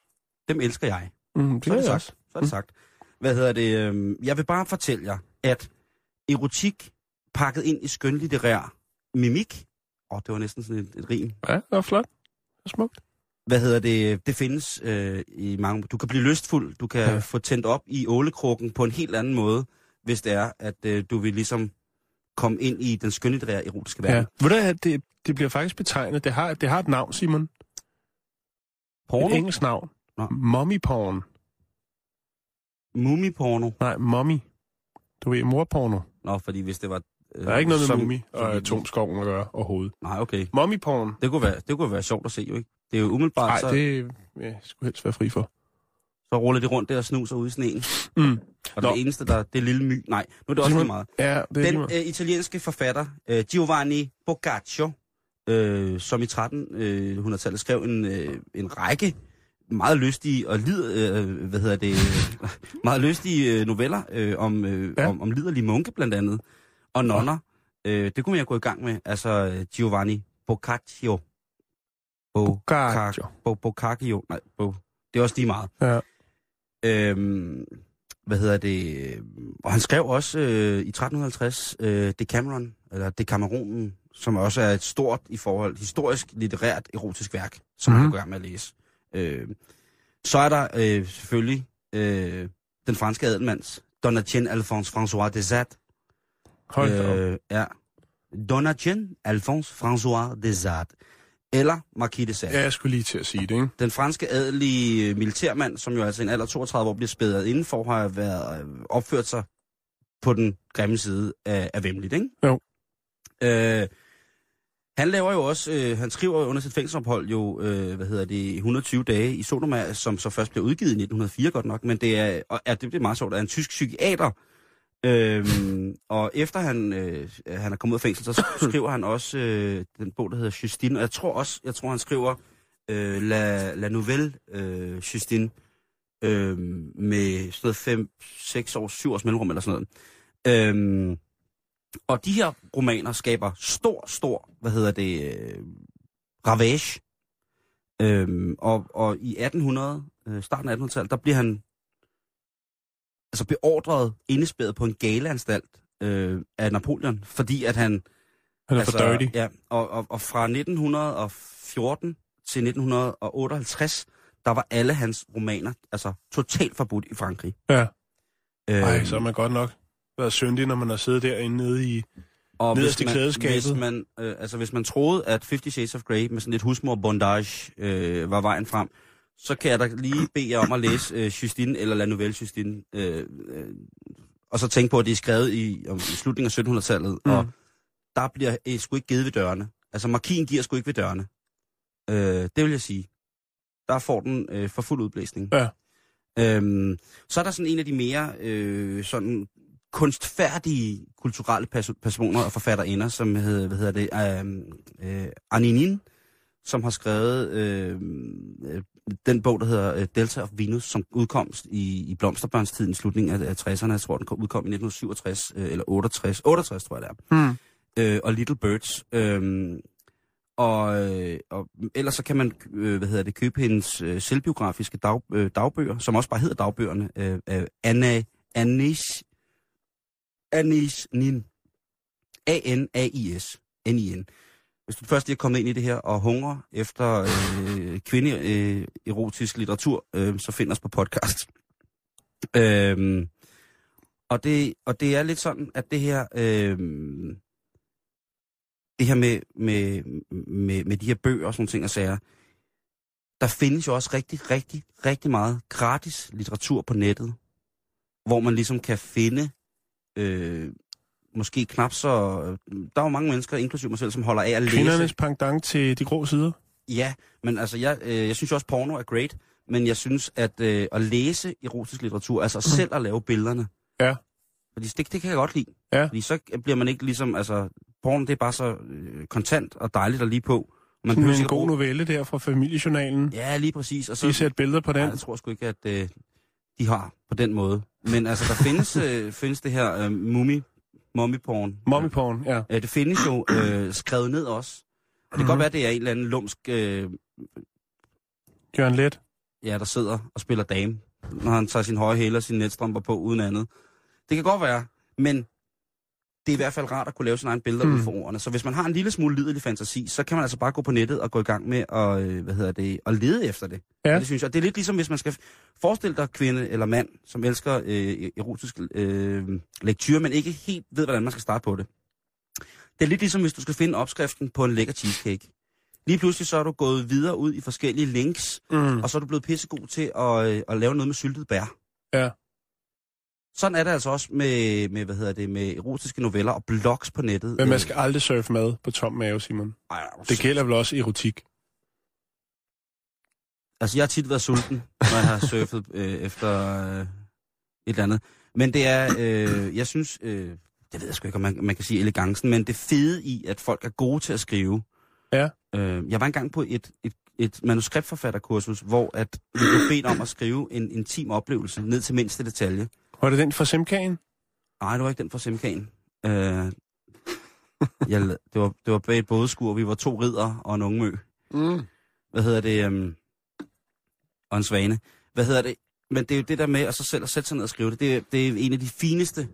C: dem elsker jeg.
D: Mm,
C: Så er det
D: jeg
C: sagt. Så er det sagt. Hvad hedder det? øhm, Jeg vil bare fortælle jer, at erotik pakket ind i skønlitterær mimik, åh, det var næsten sådan et, et rim.
D: Ja, det var flot. Det var smukt.
C: Hvad hedder det? Det findes øh, i mange... Du kan blive lystfuld, du kan ja.
D: Ja.
C: få tændt op i ålekrukken på en helt anden måde, hvis det er, at øh, du vil ligesom komme ind i den skønlitterære erotiske verden.
D: Ja.
C: Ja.
D: Ved du, hvad, det, det bliver faktisk betegnet. Det har, det har et navn, Simon. Et
C: Porno?
D: engelsk navn.
C: Nå.
D: Mommy porn.
C: Mumiporno?
D: Nej, mommy. Du ved, morporno.
C: Nå, fordi hvis det var... Øh,
D: Der er ikke noget med
C: som-
D: mummi og
C: som-
D: atomskoven at gøre overhovedet.
C: Nej, okay.
D: Mommyporn.
C: Det kunne, være, det kunne være sjovt at se, jo ikke? Det er jo umiddelbart,
D: Nej,
C: så,
D: det ja, skulle helst være fri for.
C: så ruller det rundt der og snuser ud i sneen.
D: Mm.
C: Og
D: Nå.
C: det eneste, der det er lille my. Nej, nu er det også
D: Simon,
C: lige meget.
D: Ja, det er
C: Den
D: lige meget.
C: øh, italienske forfatter, øh, Giovanni Boccaccio, øh, som i 1300-tallet skrev en, øh, en række meget lystige og lid, øh, hvad hedder det, øh, meget lystige øh, noveller øh, om, øh,
D: Ja.
C: ja. om, om liderlige munke blandt andet, og nonner. Øh, det kunne jeg gå i gang med, altså øh, Giovanni Boccaccio.
D: Oh,
C: Bo-
D: Boccaccio.
C: Bo- Boccaccio. Nej, Bo. det er også lige meget.
D: Ja.
C: Øhm, hvad hedder det? øhm, Og han skrev også øh, i 1350 øh, Decameron, eller Decameronen, som også er et stort i forhold historisk, litterært, erotisk værk, som mm.
D: Mhm.
C: man går i gang med at læse. Øh, så er der øh, selvfølgelig øh, den franske adelmands, Donatien Alphonse François de Zat.
D: Hold da op.
C: ja. Donatien Alphonse François de Zat. Eller Marquis de Sade
D: Ja, jeg skulle lige til at sige det, ikke?
C: den franske adelige øh, militærmand, som jo altså i en alder af 32 år bliver spædet indenfor, har været, øh, opført sig på den grimme side af, af vemmeligt, ikke?
D: Jo.
C: Øh, han laver jo også, øh, han skriver under sit fængselsophold jo, øh, hvad hedder det, 120 dage i Sodoma, som så først bliver udgivet i 1904 godt nok, men det er, og, ja, det er meget sjovt, er en tysk psykiater, Øhm, og efter han, øh, han er kommet ud af fængsel, så skriver han også øh, den bog, der hedder Justine. Og jeg tror også, jeg tror, han skriver øh, La, La Nouvelle øh, Justine øh, med sådan 5, 6 år, 7 års mellemrum eller sådan noget. Øhm, og de her romaner skaber stor, stor, hvad hedder det, øh, ravage. Øhm, og, og i 1800, øh, starten af 1800-tallet, der bliver han altså beordret indespærret på en galeanstalt øh, af Napoleon, fordi at han
D: Han er altså, for dirty.
C: Ja, og, og, og fra 1914 til 1958, der var alle hans romaner altså totalt forbudt i Frankrig.
D: Ja.
C: Øh,
D: Ej, så har man godt nok været syndig, når man har siddet derinde nede i...
C: og
D: nederst i klædeskabet.
C: hvis man, øh, altså, hvis man troede, at 50 Shades of Grey med sådan lidt husmor bondage øh, var vejen frem, så kan jeg da lige bede jer om at læse øh, Justine eller La Nouvelle Justine. Øh, øh, og så tænke på, at det er skrevet i, om, i slutningen af 1700-tallet, mm. og der bliver øh, sgu ikke givet ved dørene. Altså, markien giver sgu ikke ved dørene. Øh, det vil jeg sige. Der får den øh, for fuld udblæsning.
D: Ja.
C: Øhm, så er der sådan en af de mere øh, sådan kunstfærdige kulturelle perso- personer og forfatterinder, som hedder, hvad hedder det, øh, øh, Aninin, som har skrevet øh, øh, den bog, der hedder øh, Delta of Venus, som udkom i, i blomsterbørnstiden i sludningen af, af 60'erne. Jeg tror, den kom, udkom i 1967 øh, eller 68. 68, tror jeg, det er
D: Hmm.
C: øh, og Little Birds. Øhm, og, øh, og ellers så kan man øh, hvad hedder det, købe hendes øh, selvbiografiske dag, øh, dagbøger, som også bare hedder dagbøgerne. Øh, øh, Anna, Anis, Anis Nin. A-N-A-I-S. N-I-N. Hvis du først lige er kommet ind i det her og hungrer efter øh, kvinde øh, erotisk litteratur, øh, så find os på podcast. Øhm, og, det, og det er lidt sådan, at det her... Øh, det her med, med, med, med de her bøger og sådan nogle ting og sager, der findes jo også rigtig, rigtig, rigtig meget gratis litteratur på nettet, hvor man ligesom kan finde, øh, måske knap så... Der er jo mange mennesker, inklusive mig selv, som holder af at læse.
D: Kvindernes pendant til de grå sider.
C: Ja, men altså, jeg, øh, jeg synes jo også, porno er great, men jeg synes, at øh, at læse erotisk litteratur, altså selv at lave billederne,
D: Mhm. Ja.
C: fordi det, det kan jeg godt lide.
D: Ja.
C: Fordi så bliver man ikke ligesom, altså, porno det er bare så øh, kontant og dejligt at lige på. Man
D: Sådan
C: behøver
D: en
C: sikkert
D: god
C: bruge-
D: novelle der fra familiejournalen.
C: Ja, lige præcis. Og så,
D: De sætter billeder på
C: Nej,
D: den.
C: jeg tror sgu ikke, at øh, de har på den måde. Men altså, der findes, øh, findes det her øh, mummi, mummiporn.
D: Mommyporn, ja.
C: Øh, det findes jo øh, skrevet ned også. Og det kan godt
D: Mhm.
C: være, det er en eller anden lumsk øh,
D: Jørgen Let.
C: ja, der sidder og spiller dame, når han tager sin høje hæle og sine netstrømper på uden andet. Det kan godt være, men det er i hvert fald rart at kunne lave sine egne billeder mm.
D: Mm.
C: ud for ordene. Så hvis man har en lille smule lidelig fantasi, så kan man altså bare gå på nettet og gå i gang med at, øh, hvad hedder det, at lede efter det.
D: Ja.
C: Og Det, synes jeg. Og det er lidt ligesom, hvis man skal forestille dig kvinde eller mand, e- som elsker øh, erotisk øh, lektyr, men ikke helt ved, hvordan man skal starte på det. Det er lidt ligesom, hvis du skal finde opskriften på en lækker cheesecake. Lige pludselig så er du gået videre ud i forskellige links,
D: Mm.
C: og så er du blevet pissegod til at, øh, at lave noget med syltet bær.
D: Ja.
C: Sådan er det altså også med, med hvad hedder det, med erotiske noveller og blogs på nettet.
D: Men man skal aldrig surfe mad på tom mave, Simon.
C: Øh, Ej, det
D: Det
C: kan...
D: gælder vel også erotik.
C: Altså, jeg har tit været sulten, når jeg har surfet øh, efter øh, et eller andet. Men det er, øh, jeg synes, øh, det ved jeg sgu ikke, om man, man kan sige elegancen, men det fede i, at folk er gode til at skrive.
D: Ja.
C: Øh, jeg var engang på et, et, et manuskriptforfatterkursus, hvor at vi blev bedt om at skrive en intim oplevelse ned til mindste detalje.
D: Var det den fra Simkagen?
C: Nej, det var ikke den fra Simkagen. Øh, jeg, la- det, var, det var bag et bådeskur. Vi var to ridder og en unge mø.
D: Mm.
C: Hvad hedder det? Um, og en svane. Hvad hedder det? Men det er jo det der med at så selv at sætte sig ned og skrive det. Det, er- det er en af de fineste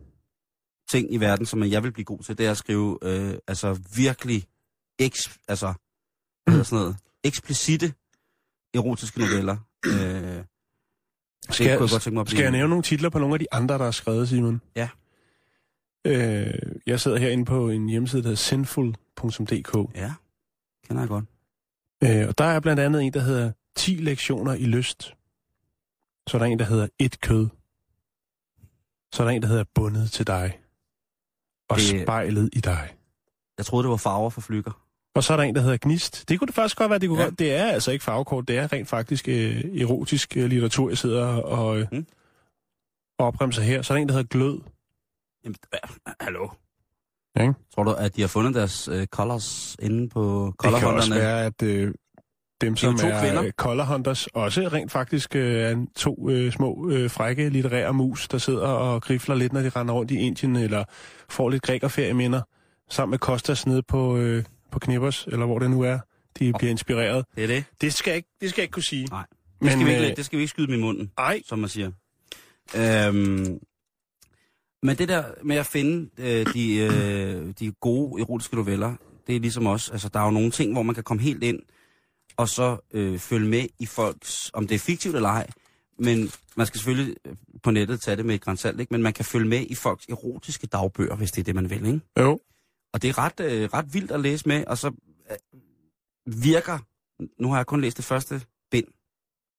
C: ting i verden, som jeg vil blive god til. Det er at skrive øh, altså virkelig eks, altså, hvad hedder sådan noget, eksplicite erotiske noveller. Øh, det
D: Skal, jeg,
C: kunne jeg godt tænke mig at blive.
D: skal jeg nævne nogle titler på nogle af de andre, der er skrevet, Simon?
C: Ja.
D: Øh, jeg sidder herinde på en hjemmeside, der hedder sinful.dk.
C: Ja, kender jeg godt.
D: Øh, og der er blandt andet en, der hedder 10 lektioner i lyst. Så er der en, der hedder Et kød. Så er der en, der hedder Bundet til dig. Og
C: Det-
D: det... spejlet i dig.
C: Jeg troede, det var farver for flykker.
D: Og så er der en, der hedder Gnist. Det kunne det faktisk godt være. Det, kunne
C: Ja.
D: ja. godt, det er altså ikke farvekort. Det er rent faktisk øh, erotisk øh, litteratur, jeg sidder og, øh,
C: Mm.
D: mm. og opremser her. Så er der en, der hedder Glød.
C: Jamen, øh, hallo.
D: Ja, ikke?
C: Tror du, at de har fundet deres øh, collars inde på
D: Det kan også
C: collarhånderne?
D: være, at øh, dem,
C: er
D: som
C: jo to
D: er,
C: kvinder.
D: er color hunters, også rent faktisk øh, er en- to øh, små øh, frække litterære mus, der sidder og grifler lidt, når de render rundt i Indien, eller får lidt grækerferieminder, sammen med Kostas nede på, øh, på Knippers, eller hvor det nu er, de bliver inspireret.
C: Det er det.
D: Det skal jeg ikke, det skal jeg ikke kunne sige.
C: Nej.
D: Men,
C: Det skal, vi ikke,
D: øh,
C: det skal vi ikke skyde dem i munden,
D: ej,
C: som man siger. Øhm, men det der med at finde øh, de, øh, de gode erotiske noveller, det er ligesom også, altså der er jo nogle ting, hvor man kan komme helt ind, og så øh, følge med i folks, om det er fiktivt eller ej, men man skal selvfølgelig øh, på nettet tage det med et grænsalt, ikke? men man kan følge med i folks erotiske dagbøger, hvis det er det, man vil, ikke?
D: jo.
C: Og det er ret, øh, ret vildt at læse med, og så øh, virker, nu har jeg kun læst det første bind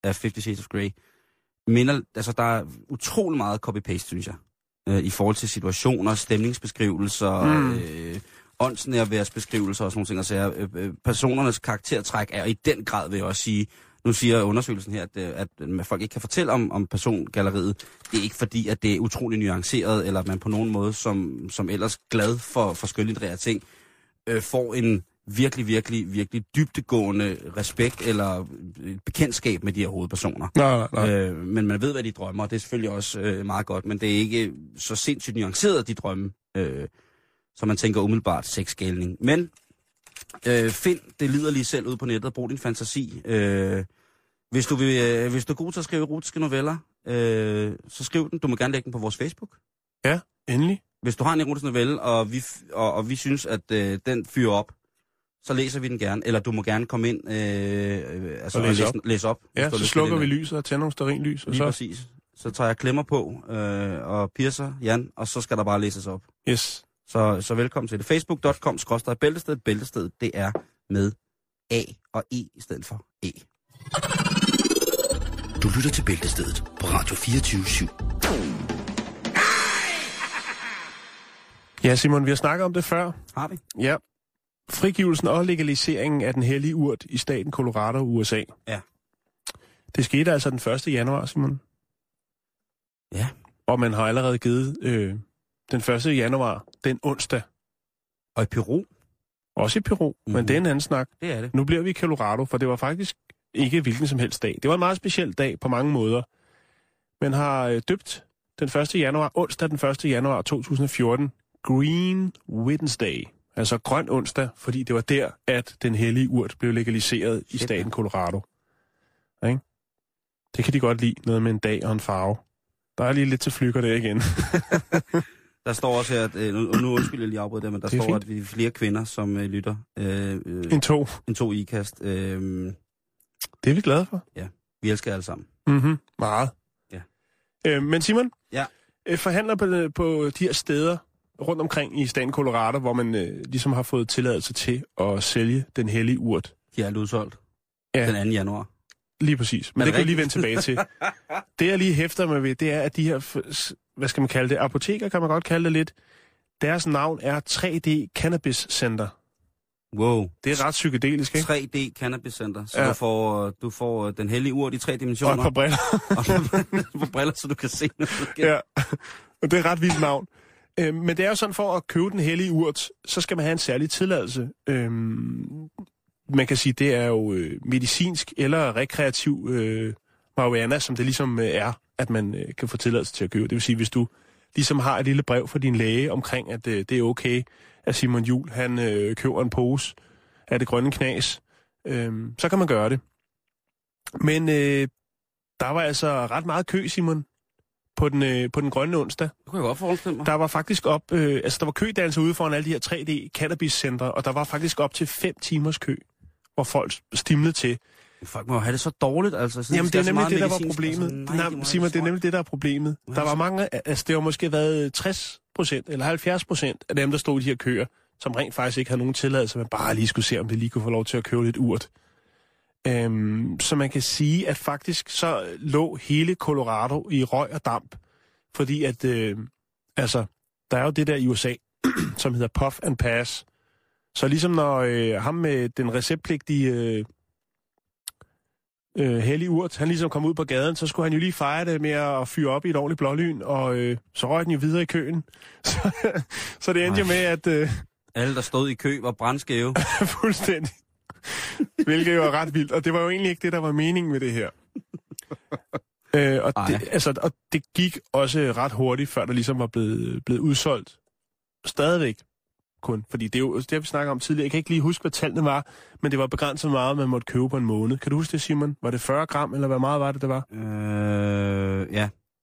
C: af Fifty Shades of Grey, minder, altså der er utrolig meget copy-paste, synes jeg, øh, i forhold til situationer, stemningsbeskrivelser, mm.
D: Mm.
C: øh, åndsnærværsbeskrivelser og sådan nogle ting. Altså, øh, øh, personernes karaktertræk er i den grad, vil jeg også sige, nu siger undersøgelsen her, at, øh, at øh, folk ikke kan fortælle om, om persongalleriet. Det er ikke fordi, at det er utrolig nuanceret, eller at man på nogen måde, som, som ellers glad for, for skønlitterære ting, øh, får en virkelig, virkelig, virkelig dybtegående respekt eller et bekendtskab med de her hovedpersoner.
D: Nej, nej, nej.
C: Øh, men man ved, hvad de drømmer, og det er selvfølgelig også øh, meget godt, men det er ikke så sindssygt nuanceret, de drømme, øh, som man tænker umiddelbart sexgælning. Men øh, find det lider lige selv ud på nettet, og brug din fantasi. Øh, hvis, du vil, øh, hvis du er god til at skrive erotiske noveller, øh, så skriv den. Du må gerne lægge den på vores Facebook.
D: Endelig.
C: Hvis du har en erotisk novelle, og vi, f- og, og vi synes, at øh, den fyrer op, så læser vi den gerne. Eller du må gerne komme ind øh, øh, altså,
D: Og
C: og
D: læse
C: læse,
D: op.
C: den- læse op. hvis
D: Ja,
C: du har
D: så
C: lyst til
D: slukker
C: det.
D: vi lyset og tænder nogle sterinlys, og
C: Lige så...
D: så...
C: præcis. Så tager jeg klemmer på øh, og piercer Jan, og så skal der bare læses op.
D: Yes.
C: Så, så velkommen til det. Facebook.com skråstrej bæltested. Bæltested, det er med A og E i stedet for E.
A: Du lytter til Bæltestedet på Radio 24 /7.
D: Ja, Simon, vi har snakket om det før.
C: Har vi?
D: Ja. Frigivelsen og legaliseringen af den hellige urt i staten Colorado, USA.
C: Ja.
D: Det skete altså den 1. januar, Simon.
C: Ja.
D: Og man har allerede givet øh, den 1. januar, den onsdag,
C: Og i Peru,
D: også i Peru, mm.
C: Mhm.
D: men det er en anden snak.
C: det er det.
D: Nu bliver vi i Colorado, for det var faktisk ikke hvilken som helst dag. Det var en meget speciel dag på mange måder. Man har øh, døbt den 1. januar, onsdag den 1. januar 2014, Green Wednesday. Altså grøn onsdag, fordi det var der, at den hellige urt blev legaliseret i
C: Shit,
D: staten
C: mand.
D: Colorado. Ikke? Det kan de godt lide, noget med en dag og en farve. Der er lige lidt til flykker der igen.
C: Der står også her, at, øh, nu, nu undskyld jeg lige afbryder det, men der
D: Det
C: det
D: er
C: står,
D: fint.
C: at vi er flere kvinder, som øh, lytter. Øh, øh,
D: En to.
C: en to ikast. Øh,
D: Det er vi glade for.
C: vi elsker jer alle sammen.
D: Mm-hmm. Meget.
C: Ja.
D: Øh, men Simon,
C: Ja.
D: øh, forhandler på, på de her steder, rundt omkring i staten Colorado, hvor man øh, ligesom har fået tilladelse til at sælge den hellige urt.
C: De er alt udsolgt
D: Ja.
C: den 2. januar.
D: Lige præcis. Men
C: Er
D: det,
C: det
D: det kan vi lige vende
C: rigtigt?
D: tilbage til. Det, jeg lige hæfter mig ved, det er, at de her, f- s- hvad skal man kalde det, apoteker kan man godt kalde det lidt, deres navn er 3D Cannabis Center.
C: Wow.
D: Det er ret psykedelisk, ikke?
C: 3D Cannabis Center, så
D: Ja.
C: ja. du, får, øh, du får øh, den hellige urt i tre
D: Og et
C: dimensioner,
D: par briller.
C: og du får briller, så du kan se noget.
D: Ja. Og det er et ret vildt navn. Øh, men det er jo sådan, for at købe den hellige urt, så skal man have en særlig tilladelse. Øh, man kan sige, det er jo øh, medicinsk eller rekreativ øh, marihuana, som det ligesom øh, er, at man øh, kan få tilladelse til at købe. Det vil sige, hvis du ligesom har et lille brev fra din læge omkring, at øh, det er okay, at Simon Jul han øh, køber en pose af det grønne knas, øh, så kan man gøre det. Men øh, der var altså ret meget kø, Simon, på den, øh, på den grønne onsdag.
C: Det kunne jeg godt forestille mig.
D: Der var faktisk op, øh, altså der var kødannelse ude foran alle de her 3D-cannabiscentre, og der var faktisk op til 5 timers kø, hvor folk stimlede til.
C: Folk må jo have det så dårligt, altså. Sådan,
D: Jamen
C: de skal
D: det er
C: have så
D: nemlig
C: meget
D: det, der var
C: medicinsk,
D: problemet.
C: altså, nej,
D: Nej,
C: de må have
D: Simon,
C: så
D: det er
C: meget.
D: nemlig det, der er problemet.
C: Må
D: Der
C: have
D: var
C: så-
D: mange, altså det har måske været 60 procent eller 70 procent af dem, der stod i de her køer, som rent faktisk ikke havde nogen tilladelse, men bare lige skulle se, om de lige kunne få lov til at købe lidt urt. Øhm, så man kan sige, at faktisk så lå hele Colorado i røg og damp, fordi at, øh, altså, der er jo det der i USA, som hedder puff and pass. Så ligesom når øh, ham med den receptpligtige øh, øh, Hellig Urt, han ligesom kom ud på gaden, så skulle han jo lige fejre det med at fyre op i et ordentligt blålyn, og øh, så røg den jo videre i køen. Så, så det endte jo med, at øh,
C: Alle, der stod i kø, var brandskæve.
D: fuldstændig, hvilket jo er ret vildt, og det var jo egentlig ikke det, der var meningen med det her. Øh, og,
C: Ej.
D: det, altså, og det gik også ret hurtigt, før der ligesom var blevet, blevet udsolgt. Stadigvæk kun, fordi det er jo det, har vi snakker om tidligere. Jeg kan ikke lige huske, hvad tallene var, men det var begrænset meget, man måtte købe på en måned. Kan du huske det, Simon? Var det 40 gram, eller hvad meget var det, det var?
C: øh, ja,
D: Det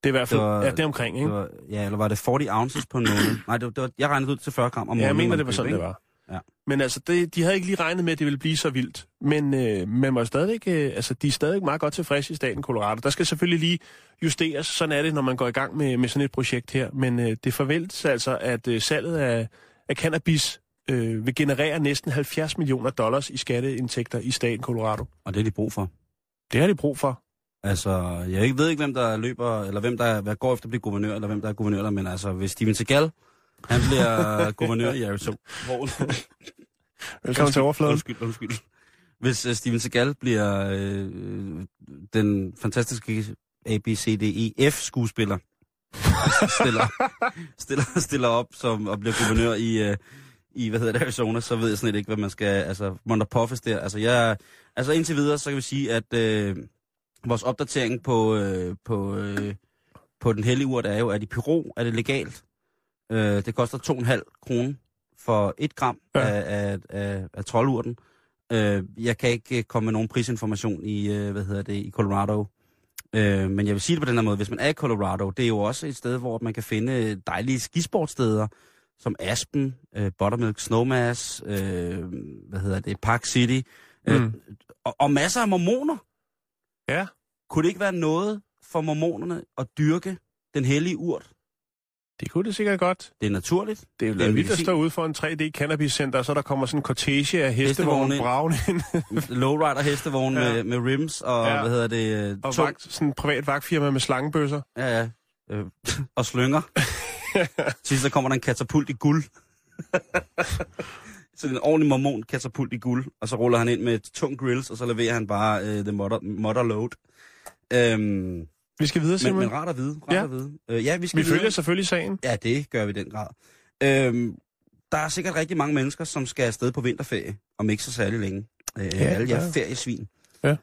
D: er i hvert fald,
C: Det var-
D: ja, det er omkring,
C: det
D: ikke?
C: var, ja, eller var det 40 ounces på en måned? Nej, det, var- det var, jeg regnede ud til 40 gram om
D: ja,
C: måneden.
D: jeg mener,
C: man
D: det var
C: købte,
D: sådan,
C: ikke?
D: det var.
C: Ja.
D: Men altså, det, de havde ikke lige regnet med, at det ville blive så vildt. Men øh, man var stadigvæk, øh, altså, de er stadigvæk meget godt tilfredse i staten Colorado. Der skal selvfølgelig lige justeres. Sådan er det, når man går i gang med, med sådan et projekt her. Men øh, det forventes altså, at øh, salget af, af cannabis øh, vil generere næsten 70 millioner dollars i skatteindtægter i staten Colorado.
C: Og det er de brug for.
D: Det har de brug for.
C: Altså, jeg ikke- ved ikke, hvem der løber, eller hvem der hvad går efter at blive guvernør, eller hvem der er guvernør, der, men altså, hvis Steven Seagal, han bliver guvernør i Arizona.
D: Velkommen Altså, til overfladen.
C: Undskyld, undskyld. Hvis uh, Steven Seagal bliver øh, den fantastiske ABCDEF-skuespiller, E stiller, stiller, stiller op som, og bliver guvernør i, øh, i, hvad hedder det, Arizona, så ved jeg sådan lidt ikke, hvad man skal, altså, Monter Puffes der. Altså, jeg, altså indtil videre, så kan vi sige, at øh, vores opdatering på, øh, på, øh, på den hellige urt er jo, at i Peru er det legalt. Øh, det koster 2,5 kroner for 1 gram
D: Ja.
C: ja. af, af, af, af troldurten. Øh, jeg kan ikke øh, komme med nogen prisinformation i, øh, hvad hedder det, i Colorado. Øh, men jeg vil sige det på den her måde, hvis man er i Colorado, det er jo også et sted, hvor man kan finde dejlige skisportsteder, som Aspen, øh, Buttermilk, Snowmass, øh, hvad hedder det, Park City, øh,
D: Mm.
C: mm. og, og masser af mormoner.
D: Ja.
C: Kunne det ikke være noget for mormonerne at dyrke den hellige urt?
D: Det kunne det sikkert godt.
C: Det er naturligt.
D: Det er jo
C: Det er
D: vildt at
C: medicin.
D: stå ude for en 3D-cannabis-center, og så der kommer sådan en cortege af hestevogne
C: Hestevogne ind.
D: bragen ind.
C: Lowrider hestevogn
D: Ja.
C: ja. med, med rims og,
D: Ja.
C: ja. hvad hedder det,
D: Og
C: to,
D: vagt, sådan en privat vagtfirma med slangebøsser.
C: ja, ja, øh, og slynger. Til sidst, der kommer der en katapult i guld. så en ordentlig mormon katapult i guld, og så ruller han ind med tung grills, og så leverer han bare øh, the mother, mother load. Øhm, men,
D: Vi skal videre, Simon.
C: men rart at vide, rart
D: Ja.
C: ja. at vide. Øh, ja, vi skal
D: vi
C: videre.
D: følger selvfølgelig sagen.
C: Ja, det gør vi i den grad. Øhm, der er sikkert rigtig mange mennesker, som skal afsted på vinterferie, om ikke så særlig længe. Øh, ja, alle jer
D: ja.
C: ja. feriesvin.
D: Ja.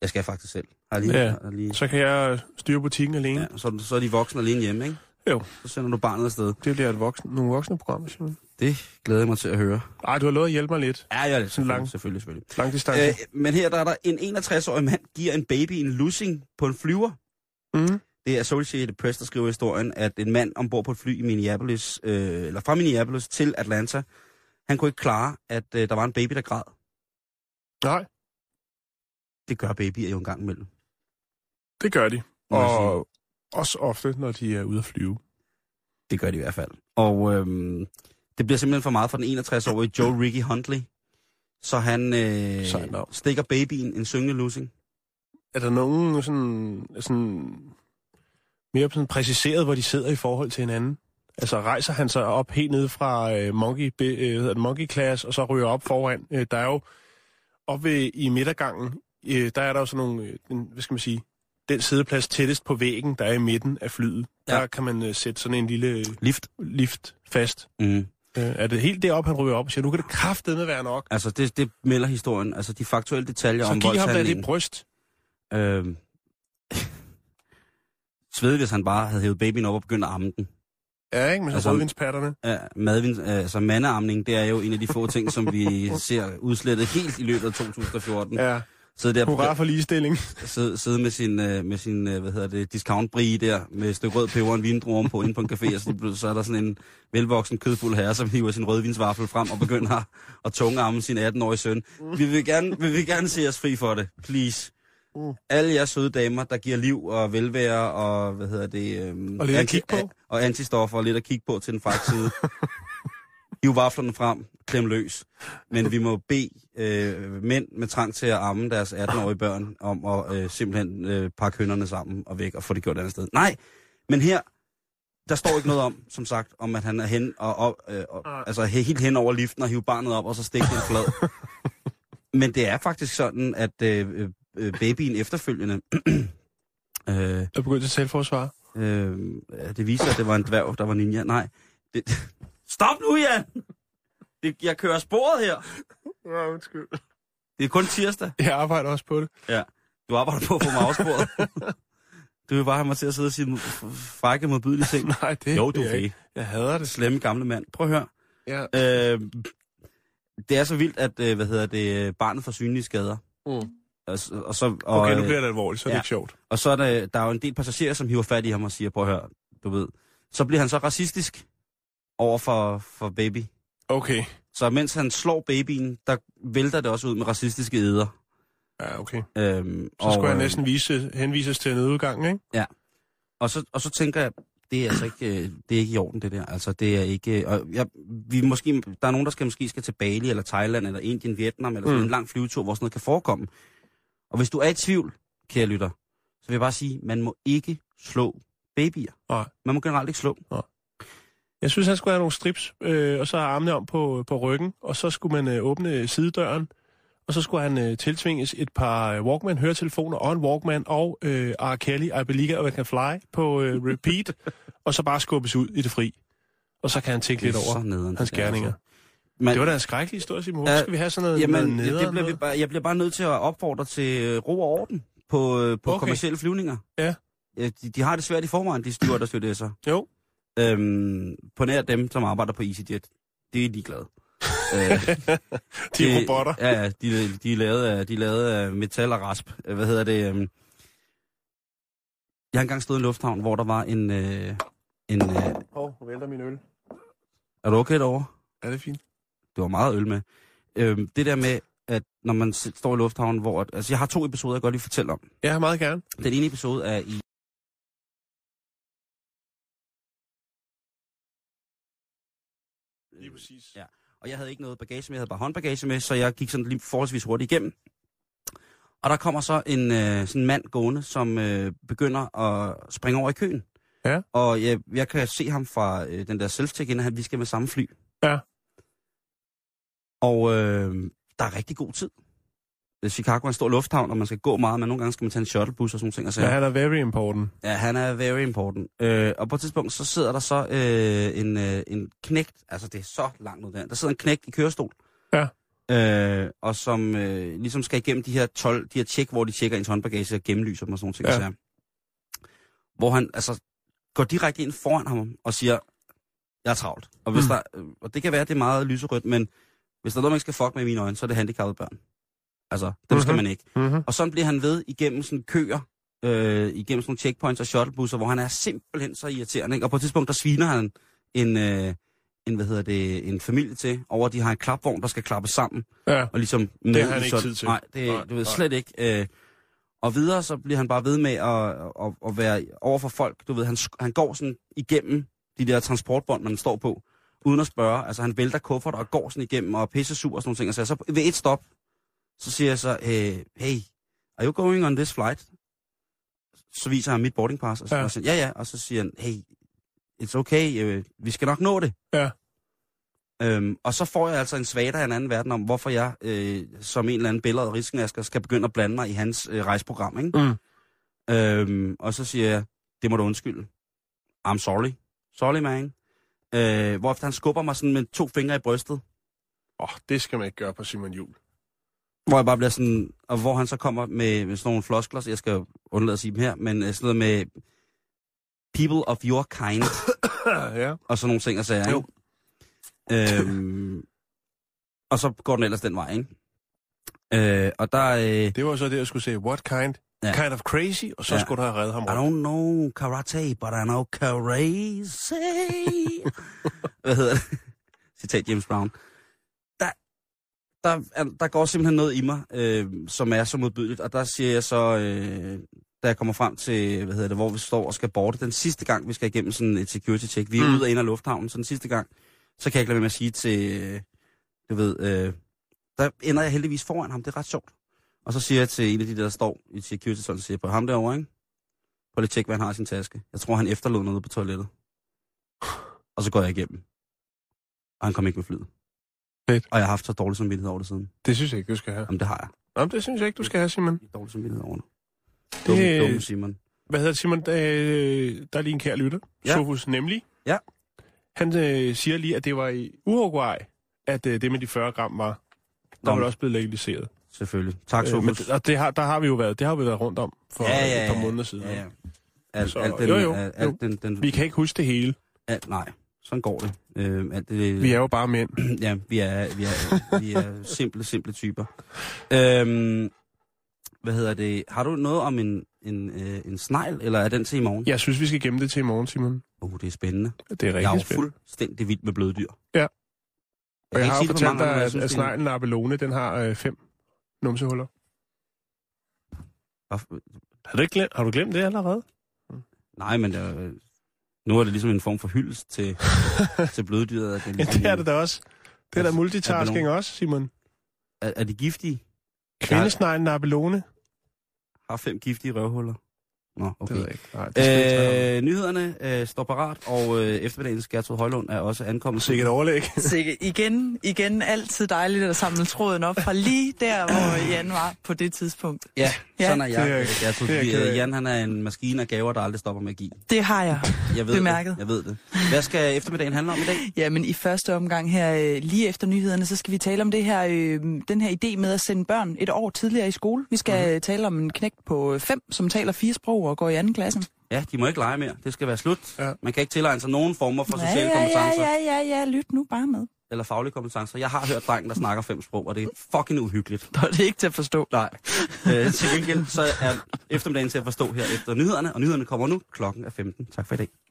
C: Jeg skal faktisk selv. Har lige,
D: Ja.
C: ja. Mm. har lige,
D: Så kan jeg styre butikken alene. Ja.
C: ja, så, så er de voksne alene hjemme, ikke?
D: Jo.
C: Så sender du barnet afsted.
D: Det bliver et voksen, nogle voksne programmer, Simon.
C: Det glæder jeg mig til at høre.
D: Ej, du har lovet at hjælpe mig lidt.
C: Ja, ja, det
D: Sådan lang.
C: selvfølgelig, selvfølgelig, selvfølgelig.
D: Langdistance.
C: Øh, men her der er der en 61-årig mand, giver en baby en lussing på en flyver.
D: Mm.
C: Det er Associated Press, der skriver historien, at en mand ombord på et fly i Minneapolis, øh, eller fra Minneapolis til Atlanta, han kunne ikke klare, at øh, der var en baby, der græd.
D: Nej,
C: Det gør babyer jo en gang imellem.
D: det gør de.
C: må jeg sige.
D: Og også ofte, når de er ude at flyve.
C: Det gør de i hvert fald. Og øhm, det bliver simpelthen for meget for den 61-årige Joe Ricky Huntley. Så han øh,
D: Sejt navn.
C: stikker babyen en syngende lussing.
D: Er der nogen sådan, sådan mere sådan præciseret, hvor de sidder i forhold til hinanden? Altså rejser han sig op helt ned fra øh, monkey, be, øh, hvad hedder det, monkey Class, og så ryger op foran. Øh, der er jo op ved, i midtergangen, øh, der er der jo sådan nogle, øh, en, hvad skal man sige, den sideplads tættest på væggen, der er i midten af flyet.
C: Ja.
D: Der kan man øh, sætte sådan en lille øh,
C: Lift.
D: lift fast.
C: Mm.
D: Øh, er det helt deroppe, han ryger op og siger, nu kan det kraftedeme være nok.
C: Altså, det, det melder historien. Altså, de faktuelle detaljer
D: Så
C: om
D: giv ham da det
C: voldshandlingen.
D: bryst.
C: Øhm. Sved, hvis han bare havde hævet babyen op og begyndt at amme den.
D: Ja, ikke? Med
C: Altså,
D: altså, rødvinspatterne.
C: Ja, madvin, altså mandeamning, det er jo en af de få ting, som vi ser udslettet helt i løbet af 2014. Ja.
D: Ja,
C: Sidde der
D: hurra for ligestilling.
C: sidde, sidde med sin, øh, med sin øh, hvad hedder det, discount brie der, med et stykke rød peber og en vindruer på inde på en café, og så, lige pludselig- så er der sådan en velvoksen, kødfuld herre, som hiver sin rødvinsvaffel frem og begynder at, at tungearme sin 18-årige søn. Vi vil, gerne, vi vil gerne se os fri for det, please. Alle jer søde damer, der giver liv og velvære og, hvad hedder det... Øhm,
D: Og lidt at kigge på.
C: a- Og antistoffer og lidt at kigge på til den fragtside. Hiv vaflerne frem, klem løs. Men vi må bede øh, mænd med trang til at amme deres 18-årige børn om at øh, simpelthen øh, pakke hønderne sammen og væk og få det gjort et andet sted. Nej, men her, der står ikke noget om, som sagt, om at han er hen og, op, øh, og altså he- helt hen over liften og hive barnet op og så stikke den flad. Men det er faktisk sådan, at øh, øh, babyen efterfølgende, øh,
D: Jeg begyndte at selvforsvare.
C: øh, ja, det viser, at det var en dværg, der var ninja. Nej, det... Stop nu, Jan! Det, jeg kører sporet her.
D: Ja, undskyld.
C: Det er kun tirsdag.
D: Jeg arbejder også på det.
C: Du arbejder på at få mig afsporet. du vil bare have mig til at sidde og sige nogle f- frække modbydelige ting.
D: Nej, det
C: Jo, du
D: det
C: er
D: ikke.
C: fæ.
D: Jeg hader det.
C: Slemme gamle mand. Prøv at høre.
D: Ja.
C: Øh, det er så vildt, at øh, hvad hedder det, øh, barnet får synlige skader.
D: Mm.
C: Og, s- og, så, og,
D: Okay, nu
C: øh,
D: bliver det alvorligt, så er det
C: ja.
D: ikke sjovt.
C: og så er der, der er jo en del passagerer, som hiver fat i ham og siger, prøv at høre, du ved. Så bliver han så racistisk over for, for baby.
D: Okay.
C: Så mens han slår babyen, der vælter det også ud med racistiske æder.
D: Ja, okay.
C: Øhm,
D: Så skulle
C: og,
D: jeg
C: øh,
D: næsten vise, henvises til en udgang, ikke?
C: Og så, og så tænker jeg, det er altså ikke, øh, det er ikke i orden, det der. Altså, det er ikke... øh, Og jeg, vi måske, der er nogen, der skal, måske skal til Bali, eller Thailand, eller Indien, Vietnam, eller sådan
D: Mm.
C: mm. en lang flyvetur, hvor sådan noget kan forekomme. Og hvis du er i tvivl, kære lytter, så vil jeg bare sige, man må ikke slå babyer.
D: Nej.
C: Man må generelt ikke slå.
D: Jeg synes, han skulle have nogle strips, øh, og så have armene om på, på ryggen, og så skulle man øh, åbne sidedøren, og så skulle han øh, tiltvinges et par øh, Walkman-høretelefoner og en Walkman og øh, R. Kelly, I Believe I Can Fly på øh, repeat, og så bare skubbes ud i det fri. Og så kan han tænke lidt
C: Så
D: over
C: nederen,
D: hans
C: det der,
D: gerninger.
C: Man,
D: Det var da en skrækkelig historie, Simon.
C: Ja,
D: Hvorfor skal vi have sådan noget, noget
C: Jamen,
D: nederen
C: det bliver vi
D: noget?
C: bare, jeg bliver bare nødt til at opfordre til øh, ro og orden på, øh, på
D: Okay.
C: okay. kommersielle flyvninger.
D: Ja.
C: Øh, De, de har det svært i forvejen, de styrer, der styrer sig.
D: Jo.
C: Øhm, på nær dem, som arbejder på EasyJet. Det er de glade. øh,
D: De er robotter.
C: Ja, ja, de, de, er lavet af, de er lavet af metal og rasp. Øh, Hvad hedder det? øhm? Jeg har engang stået i en lufthavn, hvor der var en... Øh, en øh,
D: Hov, nu oh, vælter min øl.
C: er du okay derovre?
D: Er det fint?
C: det var meget øl med. Øhm, det der med, at når man s- står i lufthavnen, hvor... at- Altså, jeg har to episoder, jeg godt lige fortælle om.
D: Ja, meget gerne.
C: Den ene episode er i...
D: Lige præcis.
C: Øh, Ja. Og jeg havde ikke noget bagage med, jeg havde bare håndbagage med, så jeg gik sådan lige forholdsvis hurtigt igennem. Og der kommer så en øh, sådan en mand gående, som øh, begynder at springe over i køen.
D: Ja.
C: Og jeg, jeg kan se ham fra øh, den der self-check, inden han, vi skal med samme fly.
D: Ja.
C: Og øh, der er rigtig god tid. Øh, Chicago er en stor lufthavn, og man skal gå meget, men nogle gange skal man tage en shuttlebus og sådan nogle ting. Og
D: Ja, han er very important.
C: Ja, han er very important. Øh, og på et tidspunkt, så sidder der så øh, en, øh, en knægt, altså det er så langt ud der, der sidder en knægt i kørestol.
D: Ja.
C: Øh, og som øh, ligesom skal igennem de her 12, de her tjek, hvor de tjekker ens håndbagage og gennemlyser dem og sådan nogle ting.
D: Ja.
C: Ja. Så, hvor han altså går direkte ind foran ham og siger, jeg er travlt. Og, hvis mm.
D: Mm.
C: der, øh, og det kan være, at det er meget lyserødt, men hvis der er noget, man ikke skal fuck med i mine øjne, så er det handicappede børn. Altså, dem mm-hmm. skal
D: Mhm.
C: man ikke.
D: Mm-hmm.
C: Og sådan bliver han ved igennem sådan køer, øh, igennem sådan nogle checkpoints og shuttlebusser, hvor han er simpelthen så irriterende. Ikke? Og på et tidspunkt, der sviner han en, øh, en, hvad hedder det, en familie til, over at de har en klapvogn, der skal klappes sammen.
D: Ja.
C: Og ligesom
D: har
C: ned
D: han
C: i
D: ikke
C: sådan-
D: tid til.
C: Nej, det,
D: Nej,
C: du ved
D: nej.
C: slet ikke. Øh, og videre, så bliver han bare ved med at, at, at være over for folk. Du ved, han, sk- han går sådan igennem de der transportbånd, man står på, uden at spørge. Altså han vælter kuffert og går sådan igennem og pisser sur og sådan nogle ting. Og så, så ved et stop, så siger jeg så, øh, hey, are you going on this flight? Så viser han mit boarding pass, og så
D: Ja.
C: ja. Siger, ja, ja, og så siger han, hey, it's okay, øh, vi skal nok nå det.
D: Ja.
C: Øhm, og så får jeg altså en svater i en anden verden om, hvorfor jeg øh, som en eller anden billede riskenasker skal begynde at blande mig i hans øh, rejseprogram. Ikke?
D: Mm.
C: Øhm, og så siger jeg, det må du undskylde. I'm sorry. Sorry, man. Øh, hvorefter han skubber mig sådan med to fingre i brystet,
D: Åh, oh, det skal man ikke gøre på Simon Jul.
C: hvor jeg bare bliver sådan, og hvor han så kommer med, med sådan nogle floskler, så jeg skal jo undlade at sige dem her, men øh, sådan noget med people of your kind,
D: ja.
C: og sådan nogle ting og sager.
D: Jo.
C: ikke? Øhm, og så går den ellers den vej, ikke? Øh, og der øh,
D: Det var så det, jeg skulle se. What kind?
C: Ja.
D: Ja. Kind of crazy, og så
C: Ja.
D: ja. skulle du have reddet ham
C: I
D: rundt.
C: don't know karate, but I know crazy. Hvad hedder det? Citat James Brown. Der, der, er- der går simpelthen noget i mig, øh, som er så modbydeligt, og der siger jeg så, øh, da jeg kommer frem til, hvad hedder det, hvor vi står og skal borte, den sidste gang, vi skal igennem sådan et security check, vi er mm.
D: Mm.
C: ude og ind af lufthavnen, så den sidste gang, så kan jeg ikke lade være med at sige til, øh, du ved, øh, der ender jeg heldigvis foran ham, det er ret sjovt. Og så siger jeg til en af de, der står i security, sådan siger jeg på ham derovre, ikke? Prøv lige at tjekke, hvad han har i sin taske. Jeg tror, han efterlod noget på toilettet. Og så går jeg igennem. Og han kom ikke med flyet.
D: Fedt.
C: Og jeg har haft så dårlig samvittighed over det siden.
D: Det synes jeg ikke, du skal have.
C: Jamen, det har jeg.
D: Nå, men det synes jeg ikke, du skal have, Simon.
C: Dårlig samvittighed over det.
D: Det-
C: Dumme, dumme Simon.
D: Hvad hedder det, Simon? Øh, der er lige en kær lytter.
C: Ja.
D: Ja. Sofus nemlig.
C: Ja.
D: Han øh, siger lige, at det var i Uruguay, at øh, det med de 40 gram var. Der
C: Nå.
D: var det også blevet legaliseret.
C: Selvfølgelig. Tak,
D: Øh, men,
C: Sofus.
D: og det har, der har vi jo været, det har vi været rundt om for ja, ja, et par måneder siden.
C: Ja, ja. Alt,
D: Så-
C: alt den,
D: jo, jo,
C: alt,
D: jo.
C: alt den, den,
D: Vi kan ikke huske det hele.
C: alt, nej, sådan går det. Øh, alt det
D: Vi er jo bare mænd.
C: Ja, vi er, vi er, vi er simple, simple typer. Øhm, hvad hedder det? Har du noget om en, en, øh, en snegl, eller er den til i morgen?
D: Jeg synes, vi skal gemme det til i morgen, Simon.
C: Uh, det er spændende.
D: Det er rigtig
C: Jeg er jo
D: spændende.
C: fuldstændig vild med bløde dyr.
D: Ja.
C: Jeg,
D: Og
C: kan
D: jeg,
C: ikke
D: har jo
C: sige det på
D: fortalt
C: mange
D: dig,
C: andre, men jeg
D: at,
C: synes,
D: at
C: det er-
D: sneglen Abelone, den har øh, fem numsehuller.
C: Hvorfor-
D: Har du, ikke glemt, har du glemt det allerede?
C: Nej, men der, nu er det ligesom en form for hyldest til, til bløddyret. at den
D: Ja,
C: ligesom-
D: det er det da også. Det er da
C: Altså,
D: multitasking
C: Abelone.
D: også, Simon.
C: Er, er de giftige?
D: Kvindesneglen Abelone.
C: Har fem giftige røvhuller? Nå, okay.
D: Det ved jeg ikke. Nej, det er
C: Øh, nyhederne øh, står parat, og øh, eftermiddagens Gertrud Højlund er også ankommet.
D: Sikkert overlæg.
B: Sikke. Igen, igen, altid dejligt at samle tråden op fra lige der, hvor Jan var på det tidspunkt.
C: Ja,
B: Ja.
C: sådan er jeg.
D: Det er jeg-
C: øh, Gertrud,
D: det er jeg
C: fordi,
D: ked
C: øh,
D: af.
C: Jan han er en maskine af gaver, der aldrig stopper med at give.
B: Det har jeg.
C: Jeg ved
B: Bemærket.
C: det. Jeg ved det. Hvad skal eftermiddagen handle om i dag?
B: Jamen i første omgang her, øh, lige efter nyhederne, så skal vi tale om det her, øh, den her idé med at sende børn et år tidligere i skole. Vi skal mm. tale om en knægt på øh, fem, som taler fire sprog og går i anden klasse.
C: Ja, de må ikke lege mere. Det skal være slut.
D: Ja.
C: Man kan ikke tilegne sig nogen former for
B: Ja,
C: sociale
B: ja, ja,
C: kompetencer
B: ja, ja, ja, lyt nu bare med.
C: eller faglige kompetencer. Jeg har hørt drengen, der snakker fem sprog, og det er fucking uhyggeligt.
B: Nå, det er ikke til at forstå.
C: Nej. Øh, til gengæld så er eftermiddagen til at forstå her efter nyhederne, og nyhederne kommer nu. Klokken er 15. Tak for i dag.